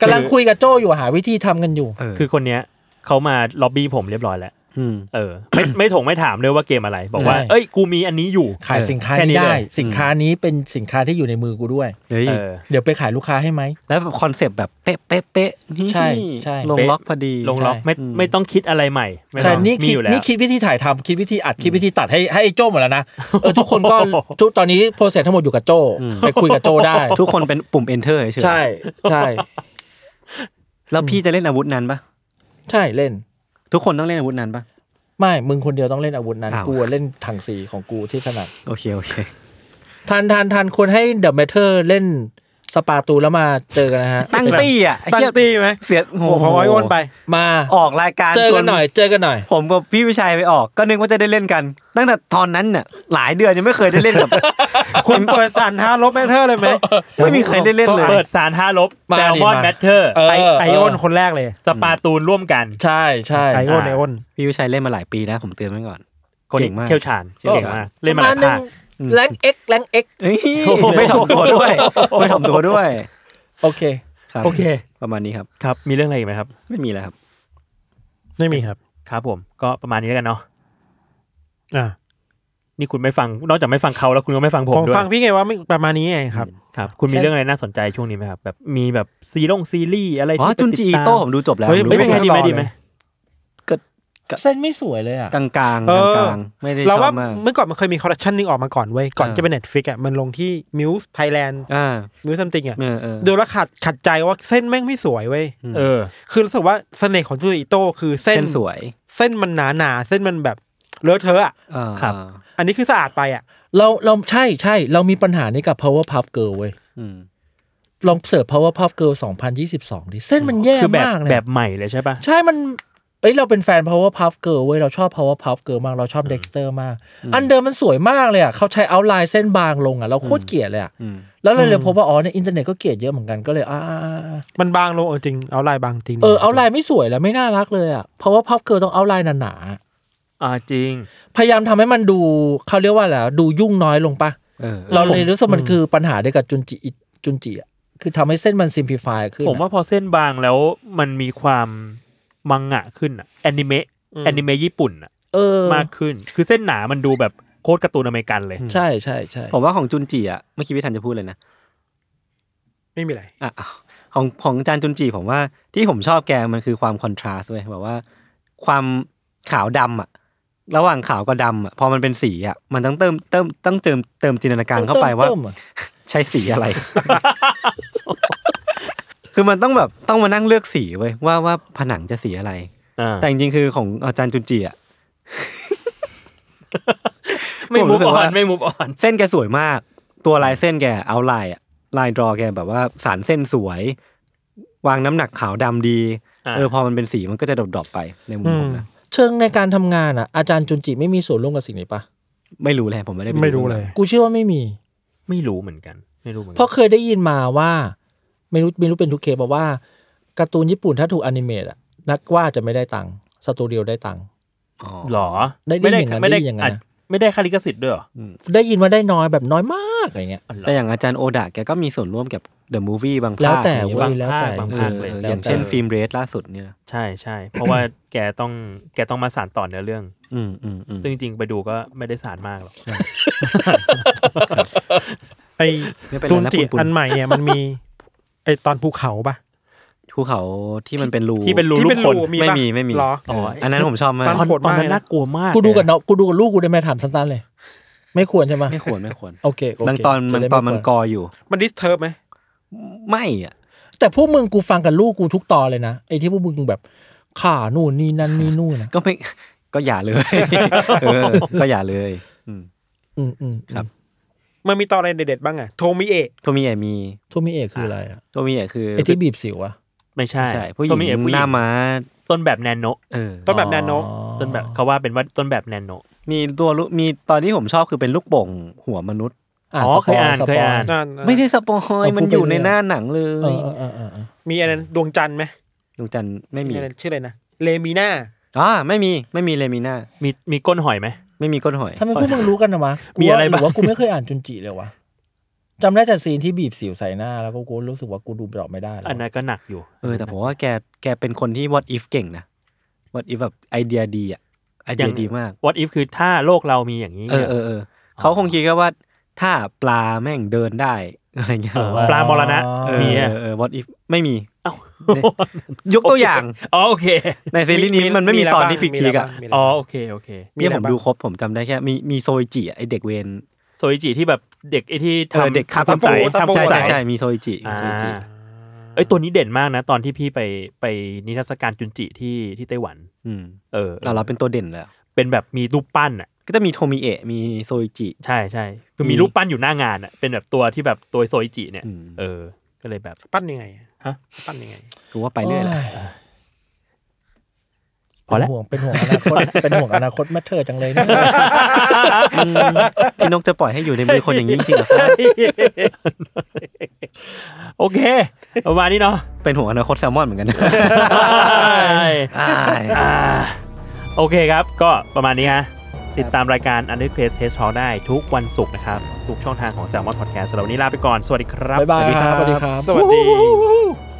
Speaker 5: กำลังคุยกับโจอยู่หาวิธีทำกันอยู่
Speaker 2: เออ
Speaker 4: คือคนเนี้ยเขามาล็อบบี้ผมเรียบร้อยแล้ว
Speaker 2: ม
Speaker 4: เออ ไม่ไม่ถงไม่ถามเลยว่าเกมอะไร บอกว่า
Speaker 5: ใช่
Speaker 4: เอ้ย กูมีอันนี้อยู่
Speaker 5: ขายสินค้า
Speaker 4: แค่
Speaker 5: นี้
Speaker 4: เล
Speaker 5: ได้
Speaker 4: ย
Speaker 5: สินค้านี้เป็นสินค้าที่อยู่ในมือกูด้วย
Speaker 2: เฮ้ย
Speaker 4: เออ
Speaker 5: เดี๋ยวไปขายลูกค้าให้ไหม
Speaker 2: แล้วแบบคอนเซปต์แบบเป๊ะเป๊ะเป๊ะนี่
Speaker 5: ใช่ใช่
Speaker 2: ลง
Speaker 4: เป๊ะ
Speaker 2: ล็อกพอดี
Speaker 4: ลงล็อกไม่
Speaker 2: ใช่
Speaker 4: ไม่ต้องคิดอะไรใหม่ไม่
Speaker 5: ใช่
Speaker 4: ต้อง
Speaker 5: นี่
Speaker 4: มี
Speaker 5: คิด
Speaker 4: อยู่แล้ว
Speaker 5: นี่คิดวิธีถ่ายทำคิดวิธีอัดคิดวิธีตัดให้ให้ไอ้โจหมดแล้ว
Speaker 4: <laughs>
Speaker 5: นะเออทุกคนก็
Speaker 4: โอ้โห
Speaker 5: ทุกตอนนี้โปรเซสทั้งหมดอยู่กับโจไปคุยกับโจ
Speaker 4: <laughs>
Speaker 5: ได้
Speaker 2: ทุกคนเป็นปุ่ม enter เฉยๆ
Speaker 5: ใช่ใช่
Speaker 2: แล้วพี่จะเล่นอาวุธนั้นปะ
Speaker 5: ใช่เล่น
Speaker 2: ทุกคนต้องเล่นอาวุธนั้นปะ
Speaker 5: ไม่ มึงคนเดียวต้องเล่นอาวุธนั้น
Speaker 2: อ้าว
Speaker 5: กูเล่นถังสีของกูที่ถนัด
Speaker 2: โอเคโอเค
Speaker 5: ทันทันทันควรให้เดอะเมเทอร์เล่นสปาตูแล้วมาเจอกันนะฮะ
Speaker 2: ตั้งตี้อ่ะไอ้
Speaker 3: ตั้ง
Speaker 2: เหี้ย
Speaker 3: ตี้ไหม
Speaker 2: เสียโห
Speaker 3: โอ้โหอ้วนไป
Speaker 5: มา
Speaker 2: ออกรายการ
Speaker 5: เจอ
Speaker 2: ชว
Speaker 5: กันหน่อยเจอกันหน่อย
Speaker 2: ผมกับพี่วิชัยไปออก ก็นึกว่าจะได้เล่นกัน ตั้งแต่ตอนนั้นน่ะหลายเดือนยังไม่เคยได้เล่นกับ
Speaker 3: คุณเปิดสันฮาลบแมทเทอร์เลยไหม
Speaker 2: ไม่มีใครได้เล่นเลย
Speaker 4: เปิดสารห้าลบ
Speaker 5: มา
Speaker 4: แซล
Speaker 5: ดิ
Speaker 4: มอน
Speaker 5: มา
Speaker 4: แมทเทอร์
Speaker 5: เออ
Speaker 3: ไอไอออน
Speaker 5: เ
Speaker 3: คนแรกเลย
Speaker 4: สปาตูนร่วมกัน
Speaker 5: ใช่ใช่
Speaker 3: ไอออนไอออน
Speaker 2: พี่วิชัยเล่นมาหลายปีนะผมเตือนไว้ก่อน
Speaker 4: คน
Speaker 2: เก่
Speaker 4: นี้
Speaker 2: งมาก
Speaker 4: เชี่ยวชาญ
Speaker 2: เก่
Speaker 4: เก่
Speaker 2: งมาม
Speaker 4: งาก ก เล่นมาหลายภาค
Speaker 5: แรงเอ็กแรงเอ็ก
Speaker 2: เอ้ย
Speaker 4: โอ้โห
Speaker 2: ไม่ถ่อมตัวด้วย ไม่ถ่อมตัวด้วย
Speaker 5: โอเค
Speaker 2: รับ
Speaker 4: โอเค
Speaker 2: ประมาณนี้ครับ
Speaker 4: ครับ มีเรื่องอะไรอีกไหมครับ
Speaker 2: ไม่มีแล้วครับ
Speaker 3: ไม่มีครับ
Speaker 4: ครับผม ก็ประมาณนี้แล้วกันเนาะ
Speaker 3: อ่า
Speaker 4: นี่คุณไม่ฟัง นอกจากไม่ฟังเขาแล้วคุณก็ไม่ฟังผม
Speaker 3: ผม
Speaker 4: ด้วย
Speaker 3: ฟังพี่ไงว่าไม่ประมาณนี้ไงครับ
Speaker 4: ครับ คุณมีเรื่องอะไรน่าสนใจช่วงนี้ไหมครับ แบบมีแบบซีรงซีรีส์อะไร
Speaker 2: อ๋อ
Speaker 4: ที่
Speaker 2: จุนจีอีโต้ผมดูจบแล้ว
Speaker 3: เฮ้ย
Speaker 2: ผม
Speaker 4: ไม่
Speaker 2: รู้
Speaker 4: เป็นไง
Speaker 2: สึก
Speaker 4: ดีไหมดีไหม
Speaker 5: เส้นไม่สวยเลยอ่ะ
Speaker 2: กลางๆกลาง
Speaker 3: เออ
Speaker 2: ๆไม่ได้ช
Speaker 3: เรา
Speaker 2: อ
Speaker 3: ว่า
Speaker 2: บมาก
Speaker 3: เมื่อก่อนมันเคยมีคอร์รัปชันนึงออกมาก่อนเว้ยก่อน
Speaker 2: อ่า
Speaker 3: จะเป็นเน็ตฟิกอ่ะมันลงที่มิวส์ไทยแลนด์
Speaker 2: อ่า
Speaker 3: มิวส์ซัมติงอ่ะ
Speaker 2: เออเออ
Speaker 3: ดูแล้วขัดขัดใจว่าเส้นแม่งไม่สวยเว้ย
Speaker 2: อืม
Speaker 4: เออ
Speaker 3: คือรู้สึกว่าเสน่ห์ของจูอิโต้คือเส้
Speaker 2: เส้นสวย
Speaker 3: เส้นมันหนาหนาๆเส้นมันแบบเลอะเทอะอะ
Speaker 2: อ่า
Speaker 4: ครับ
Speaker 3: อันนี้คือสะอาดไปอ่ะ
Speaker 5: เราเราใช่ใช่เรามีปัญหานี้กับ power puff girl เว้ย
Speaker 2: อืม
Speaker 5: ลองเสิร์ช power puff girl 2022ดิเส้นมันแย่
Speaker 4: คือแบบ
Speaker 5: มากเลย
Speaker 4: แบบใหม่เลยใช่ป่ะ
Speaker 5: ใช่มันเอ้ยเราเป็นแฟน power puff girl เว้ยเราชอบ power puff girl มากเราชอบ dexter มาก อันเดิมมันสวยมากเลยอ่ะเขาใช้ outline เส้นบางลงอ่ะเราโคตรเกลียดเลยอ่ะ
Speaker 2: อืม
Speaker 5: แล้วเราเลย
Speaker 3: อืม
Speaker 5: พบว่าอ๋อในอินเทอร์เน็ตก็เกลียดเยอะเหมือนกันก็เลยอ่า
Speaker 3: มันบางลงเออจริงเอาลายบางจริง
Speaker 5: เออ outline ไม่สวยแล้วไม่น่ารักเลยอ่ะ power puff girl ต้อง outline หนาๆ
Speaker 4: อ่าจริง
Speaker 5: พยายามทำให้มันดูเขาเรียกว่าอะไรอะดูยุ่งน้อยลงปะ
Speaker 2: เออ
Speaker 5: เราเลยรู้สึกมันคือปัญหาเดียวกับจุนจิจุนจิอะคือทำให้เส้นมันซิมพลิฟายขึ้นอะ
Speaker 4: ผมว่าพอเส้นบางแล้วมันมีความมังงะขึ้นอะแอนิเมะแอนิเมะญี่ปุ่นอะ
Speaker 5: เออ
Speaker 4: มากขึ้น คือเส้นหนามันดูแบบโคตรการ์ตูนอเมริกันเลย
Speaker 5: ใช่ใช่ใช่
Speaker 2: ผมว่าของจุนจีอ่ะเมื่อกี้พี่ทันจะพูดเลยนะ
Speaker 3: ไม่มีอะไร
Speaker 2: อ่ะอ้าวของของอาจารย์จุนจีผมว่าที่ผมชอบแกมันคือความคอนทราสต์เว้ยแบบว่า ความขาวดำอ่ะ ระหว่างขาวกับดำอ่ะพอมันเป็นสีอ่ะมันต้องเติมเติมต้องเติมเติมจินตนาการเข้าไปว่า
Speaker 5: ติมๆอะ
Speaker 2: ใช้สีอะไร <laughs> คือมันต้องแบบต้องมานั่งเลือกสีเว้ยว่าว่าผนังจะสีอะไร
Speaker 4: อ่า
Speaker 2: แต่จริงๆคือของอาจารย์จุนจีอ่ะ
Speaker 4: ไม่
Speaker 2: ผม
Speaker 4: มู
Speaker 2: รู้
Speaker 4: ฟ
Speaker 2: สึก
Speaker 4: ออ
Speaker 2: ว่า
Speaker 4: นไม่มูฟออน
Speaker 2: เส้นแกสวยมาก ตัวลายเส้นแกเอาลายอะลายดรอแกแบบว่าสารเส้นสวย วางน้ำหนักขาวดำดี เออพอมันเป็นสีมันก็จะดรอปๆไปในมุมผมนะ
Speaker 5: เชิงในการทำงานอ่ะอาจารย์จุนจิไม่มีส่วนร่วมกับสิ่งนี้ปะ
Speaker 2: ไม่รู้เลยผมไม่ได้ป
Speaker 3: ไม่รู้เลย
Speaker 5: กูเชื่อว่าไม่มี
Speaker 4: ไม่รู้เหมือนกัน ไม่รู้เหมือน
Speaker 5: เพ
Speaker 4: กั
Speaker 5: ราะเคยได้ยินมาว่า ไม่รู้ไม่รู้เป็นทุกเคสบอกว่าการ์ตูนญี่ปุ่นถ้าถูกอนิเมตอะนักวาดจะไม่ได้ตังค์สตูดิโอได้ตังค์
Speaker 2: อ๋อ
Speaker 4: หรอ
Speaker 5: ได้ได้อย่างนั้น
Speaker 4: ไม่ได้
Speaker 5: ได้อย่างนั้นนะ
Speaker 4: อ่ะไม่ได้คาลิกสิทธิ์ด้วยเหรอ
Speaker 5: ได้ยินว่าได้น้อยแบบน้อยมากอะไรเงี้ย
Speaker 4: อ๋อเหรอ
Speaker 2: แต่อย่างอาจารย์โอดะแกก็มีส่วนร่วมกับเดอะมูฟวี่บางภาค
Speaker 5: แล้วแต่
Speaker 2: อย่างเงี้ย
Speaker 5: เว้
Speaker 2: บ้าย ง
Speaker 5: แล้วแต่
Speaker 4: บาง
Speaker 2: เอ
Speaker 4: ภาค
Speaker 2: อ
Speaker 4: เลย
Speaker 2: อย่างเช่นฟิล์มเรสล่าสุดเนี่ยนะ
Speaker 4: ใช่ใช่เพราะว่า <coughs> แกต้องแกต้องมาสานต่อเนื้อเรื่อง
Speaker 2: อืมอืมอืม
Speaker 4: ซึ่งจริงๆไปดูก็ไม่ได้สารมากหรอก
Speaker 3: ไอ
Speaker 2: ไม่เป็นไร
Speaker 3: จุน
Speaker 2: นะ
Speaker 3: จิ
Speaker 2: ปุ่น <laughs>
Speaker 3: อันใหม่เนี่ยมันมี ไอตอนภูเขาปะ
Speaker 2: ภูเขาที่มันเป็นรู
Speaker 4: ที่เป็นรู
Speaker 3: ที่
Speaker 4: ลู
Speaker 3: เป็
Speaker 4: ก
Speaker 3: น
Speaker 4: คน
Speaker 3: รูมี
Speaker 2: ไม่
Speaker 3: ปะ
Speaker 2: มีไม่มี
Speaker 3: เหรอ
Speaker 2: เอออันนั้นผมชอบมาก
Speaker 3: ต โหด
Speaker 4: ตอ
Speaker 3: มาน ก
Speaker 4: นั้น
Speaker 3: เลยนะ
Speaker 4: น่ากลัวมาก
Speaker 5: กูดูกับน้องกูดูกับลูกกูได้ไหมถามสั้นๆเลย ไม่ควรใช่ไหม
Speaker 2: ไม่ควรไม่ควร
Speaker 5: โอเคโเค
Speaker 2: บางตอน
Speaker 5: จะ
Speaker 2: บาง
Speaker 5: ได้
Speaker 2: ตอนมัน
Speaker 5: ไควร
Speaker 2: กออยู่
Speaker 3: มันดิสเทิร์บไหม
Speaker 2: ไม่อะ
Speaker 5: แต่พวกมึงกูฟังกับลูกกูทุกตอนเลยนะไอ้ที่พวกมึงแบบข่านู่นนี่นั่นนี่นู่นนะ
Speaker 2: ก็ไม่ <laughs> ก็อย่าเลย เออก็อย่าเลย อืม
Speaker 5: อืมอืม
Speaker 2: ครับ
Speaker 3: มันมีตอนอะไรเด็ดๆบ้างอ่ะโทมิเอะ
Speaker 2: ตัวมีเอะมี
Speaker 5: ทูมิเอกคืออะไรอะ
Speaker 2: ตัวมีเอะคือ
Speaker 5: ไอ้ที่บีบสิวอะ
Speaker 4: ไม่ใช่
Speaker 2: ใช่ผู้ห
Speaker 4: ต้นมีเอ
Speaker 2: ญิ
Speaker 4: ก
Speaker 2: ง
Speaker 4: ผู้ห
Speaker 2: ห
Speaker 4: ญิ
Speaker 2: น้าง ม้า
Speaker 4: ต้นแบบแนนโน
Speaker 2: เออ
Speaker 3: ต้นแบบแนนโน
Speaker 5: อ๋อ
Speaker 4: ต้นแบบเขาว่าเป็นว่าต้นแบบแนนโน
Speaker 2: มีตัวลูกมีตอนที่ผมชอบคือเป็นลูกโป่งหัวมนุษย์
Speaker 5: ะ
Speaker 4: อ๋อเคยอ่าน
Speaker 5: สป
Speaker 4: เคยอ่าน
Speaker 5: สป
Speaker 3: นั่น
Speaker 2: ไม่ได้สปอย
Speaker 5: เอาพูดไป
Speaker 2: มันอยู่ในหน้าหนังเล
Speaker 5: เอย อเออเออเออ
Speaker 3: มีอันนั้นดวงจันทร์ไหม
Speaker 2: ดวงจันทร์ไม่มี
Speaker 3: อันนั้นชื่ออะไรนะเลมีน่า
Speaker 2: อ่าไม่มีไม่มีเลมิน่า
Speaker 4: มีมีก้นหอยไหม
Speaker 2: ไม่มีก้นหอย
Speaker 5: ทำไมพวกมึงรู้กันนะวะ
Speaker 4: มีอะไร
Speaker 5: กู
Speaker 4: บ้าง
Speaker 5: ว่าหรือว่ากูไม่เคยอ่านจุนจิเลยวะจำได้แต่ซีนที่บีบสิวใส่หน้าแล้วก็กูรู้สึกว่ากูดูดรอปไม่ได้แล้ว
Speaker 4: อันนั้นก็หนักอยู่
Speaker 2: เออแต่ผมว่าแกแกเป็นคนที่ what if เก่งนะ what if แบบไอเดียดีอ่ะไอเดี
Speaker 4: ยั
Speaker 2: ย
Speaker 4: ง
Speaker 2: ดีมาก
Speaker 4: What if คือถ้าโลกเรามีอย่างนี้
Speaker 2: เออเออเออเขาคงคิดแค่ว่าถ้าปลาแม่งเดินได้อะไรเงี้ย
Speaker 4: เอ
Speaker 2: ห
Speaker 4: อ
Speaker 2: รือว่า
Speaker 4: ปลามรณะ
Speaker 2: เออ
Speaker 4: มีอะ
Speaker 2: เออ what if ไม่มี
Speaker 4: เอ้า
Speaker 2: เนี่ยยกตัวอย่าง
Speaker 4: อ๋อโอเค
Speaker 2: ในซีรีส์นี้มันไม่มีตอนที่พีคๆอ่ะ
Speaker 3: มี
Speaker 4: อ๋อ
Speaker 3: บ้าง
Speaker 4: โอเคโอเค
Speaker 2: เนี่ย
Speaker 3: อะไร
Speaker 2: ผม
Speaker 3: บ้าง
Speaker 2: ดูครบผมจำได้แค่มีมีโซยจิอะไอเด็กเวน
Speaker 4: โซอิจิที่แบบเด็กไอ้ที่
Speaker 2: เออ
Speaker 4: ทำ
Speaker 2: เด็กครับ
Speaker 4: ทำสาย
Speaker 2: ใช่
Speaker 4: ทำสาย
Speaker 2: ใช่ใช่มีโซอิจิมี
Speaker 4: อ่า
Speaker 2: โซอิจิ
Speaker 4: เอ้ยตัวนี้เด่นมากนะ ตอนที่พี่ไปไปนิทรรศการจุนจิที่ที่ไต้หวัน
Speaker 2: อืม
Speaker 4: เออ
Speaker 2: แต่เราเป็นตัวเด่นแล้ว
Speaker 4: เป็นแบบมีรูปปั้นอ่ะ
Speaker 2: ก็จะมีโทมิเอะมีโซอิจิ
Speaker 4: ใช่ใช่คือมี
Speaker 2: มี
Speaker 4: รูปปั้นอยู่หน้างานอ่ะเป็นแบบตัวที่แบบตัวโซอิจิเนี่ย
Speaker 2: อืม
Speaker 4: เออ ก็เลยแบบ
Speaker 3: ปั้นยังไงอะ
Speaker 4: ฮะ
Speaker 3: ปั้นยังไง
Speaker 2: กูว่าไปเรื่อยแหละ
Speaker 5: โย
Speaker 4: พอแล้ว
Speaker 5: เป็นห่วงเป็นห่วงอนาคตเป็นห่วงอนาคตแม่เธอจังเลยเนี่ย
Speaker 2: พี่นกจะปล่อยให้อยู่ในมือคนอย่างนี้จริงๆเหรอครับ
Speaker 4: โอเค ประมาณนี้เนาะ
Speaker 2: เป็นหัวอนาคตแซลมอนเหมือนกันนะ อ้าย
Speaker 4: อ่าโอเคครับก็ประมาณนี้ฮะ ติดตามรายการ u n d e r p l a c e Test Talk ได้ทุกวันศุกร์นะครับ ทุกช่องทางของ Salmon Podcast สำหรับวันนี้ลาไปก่อน <laughs> สวัสดีครับ
Speaker 5: บ๊ายบายครับสวัสดีครับ
Speaker 3: สวัสดี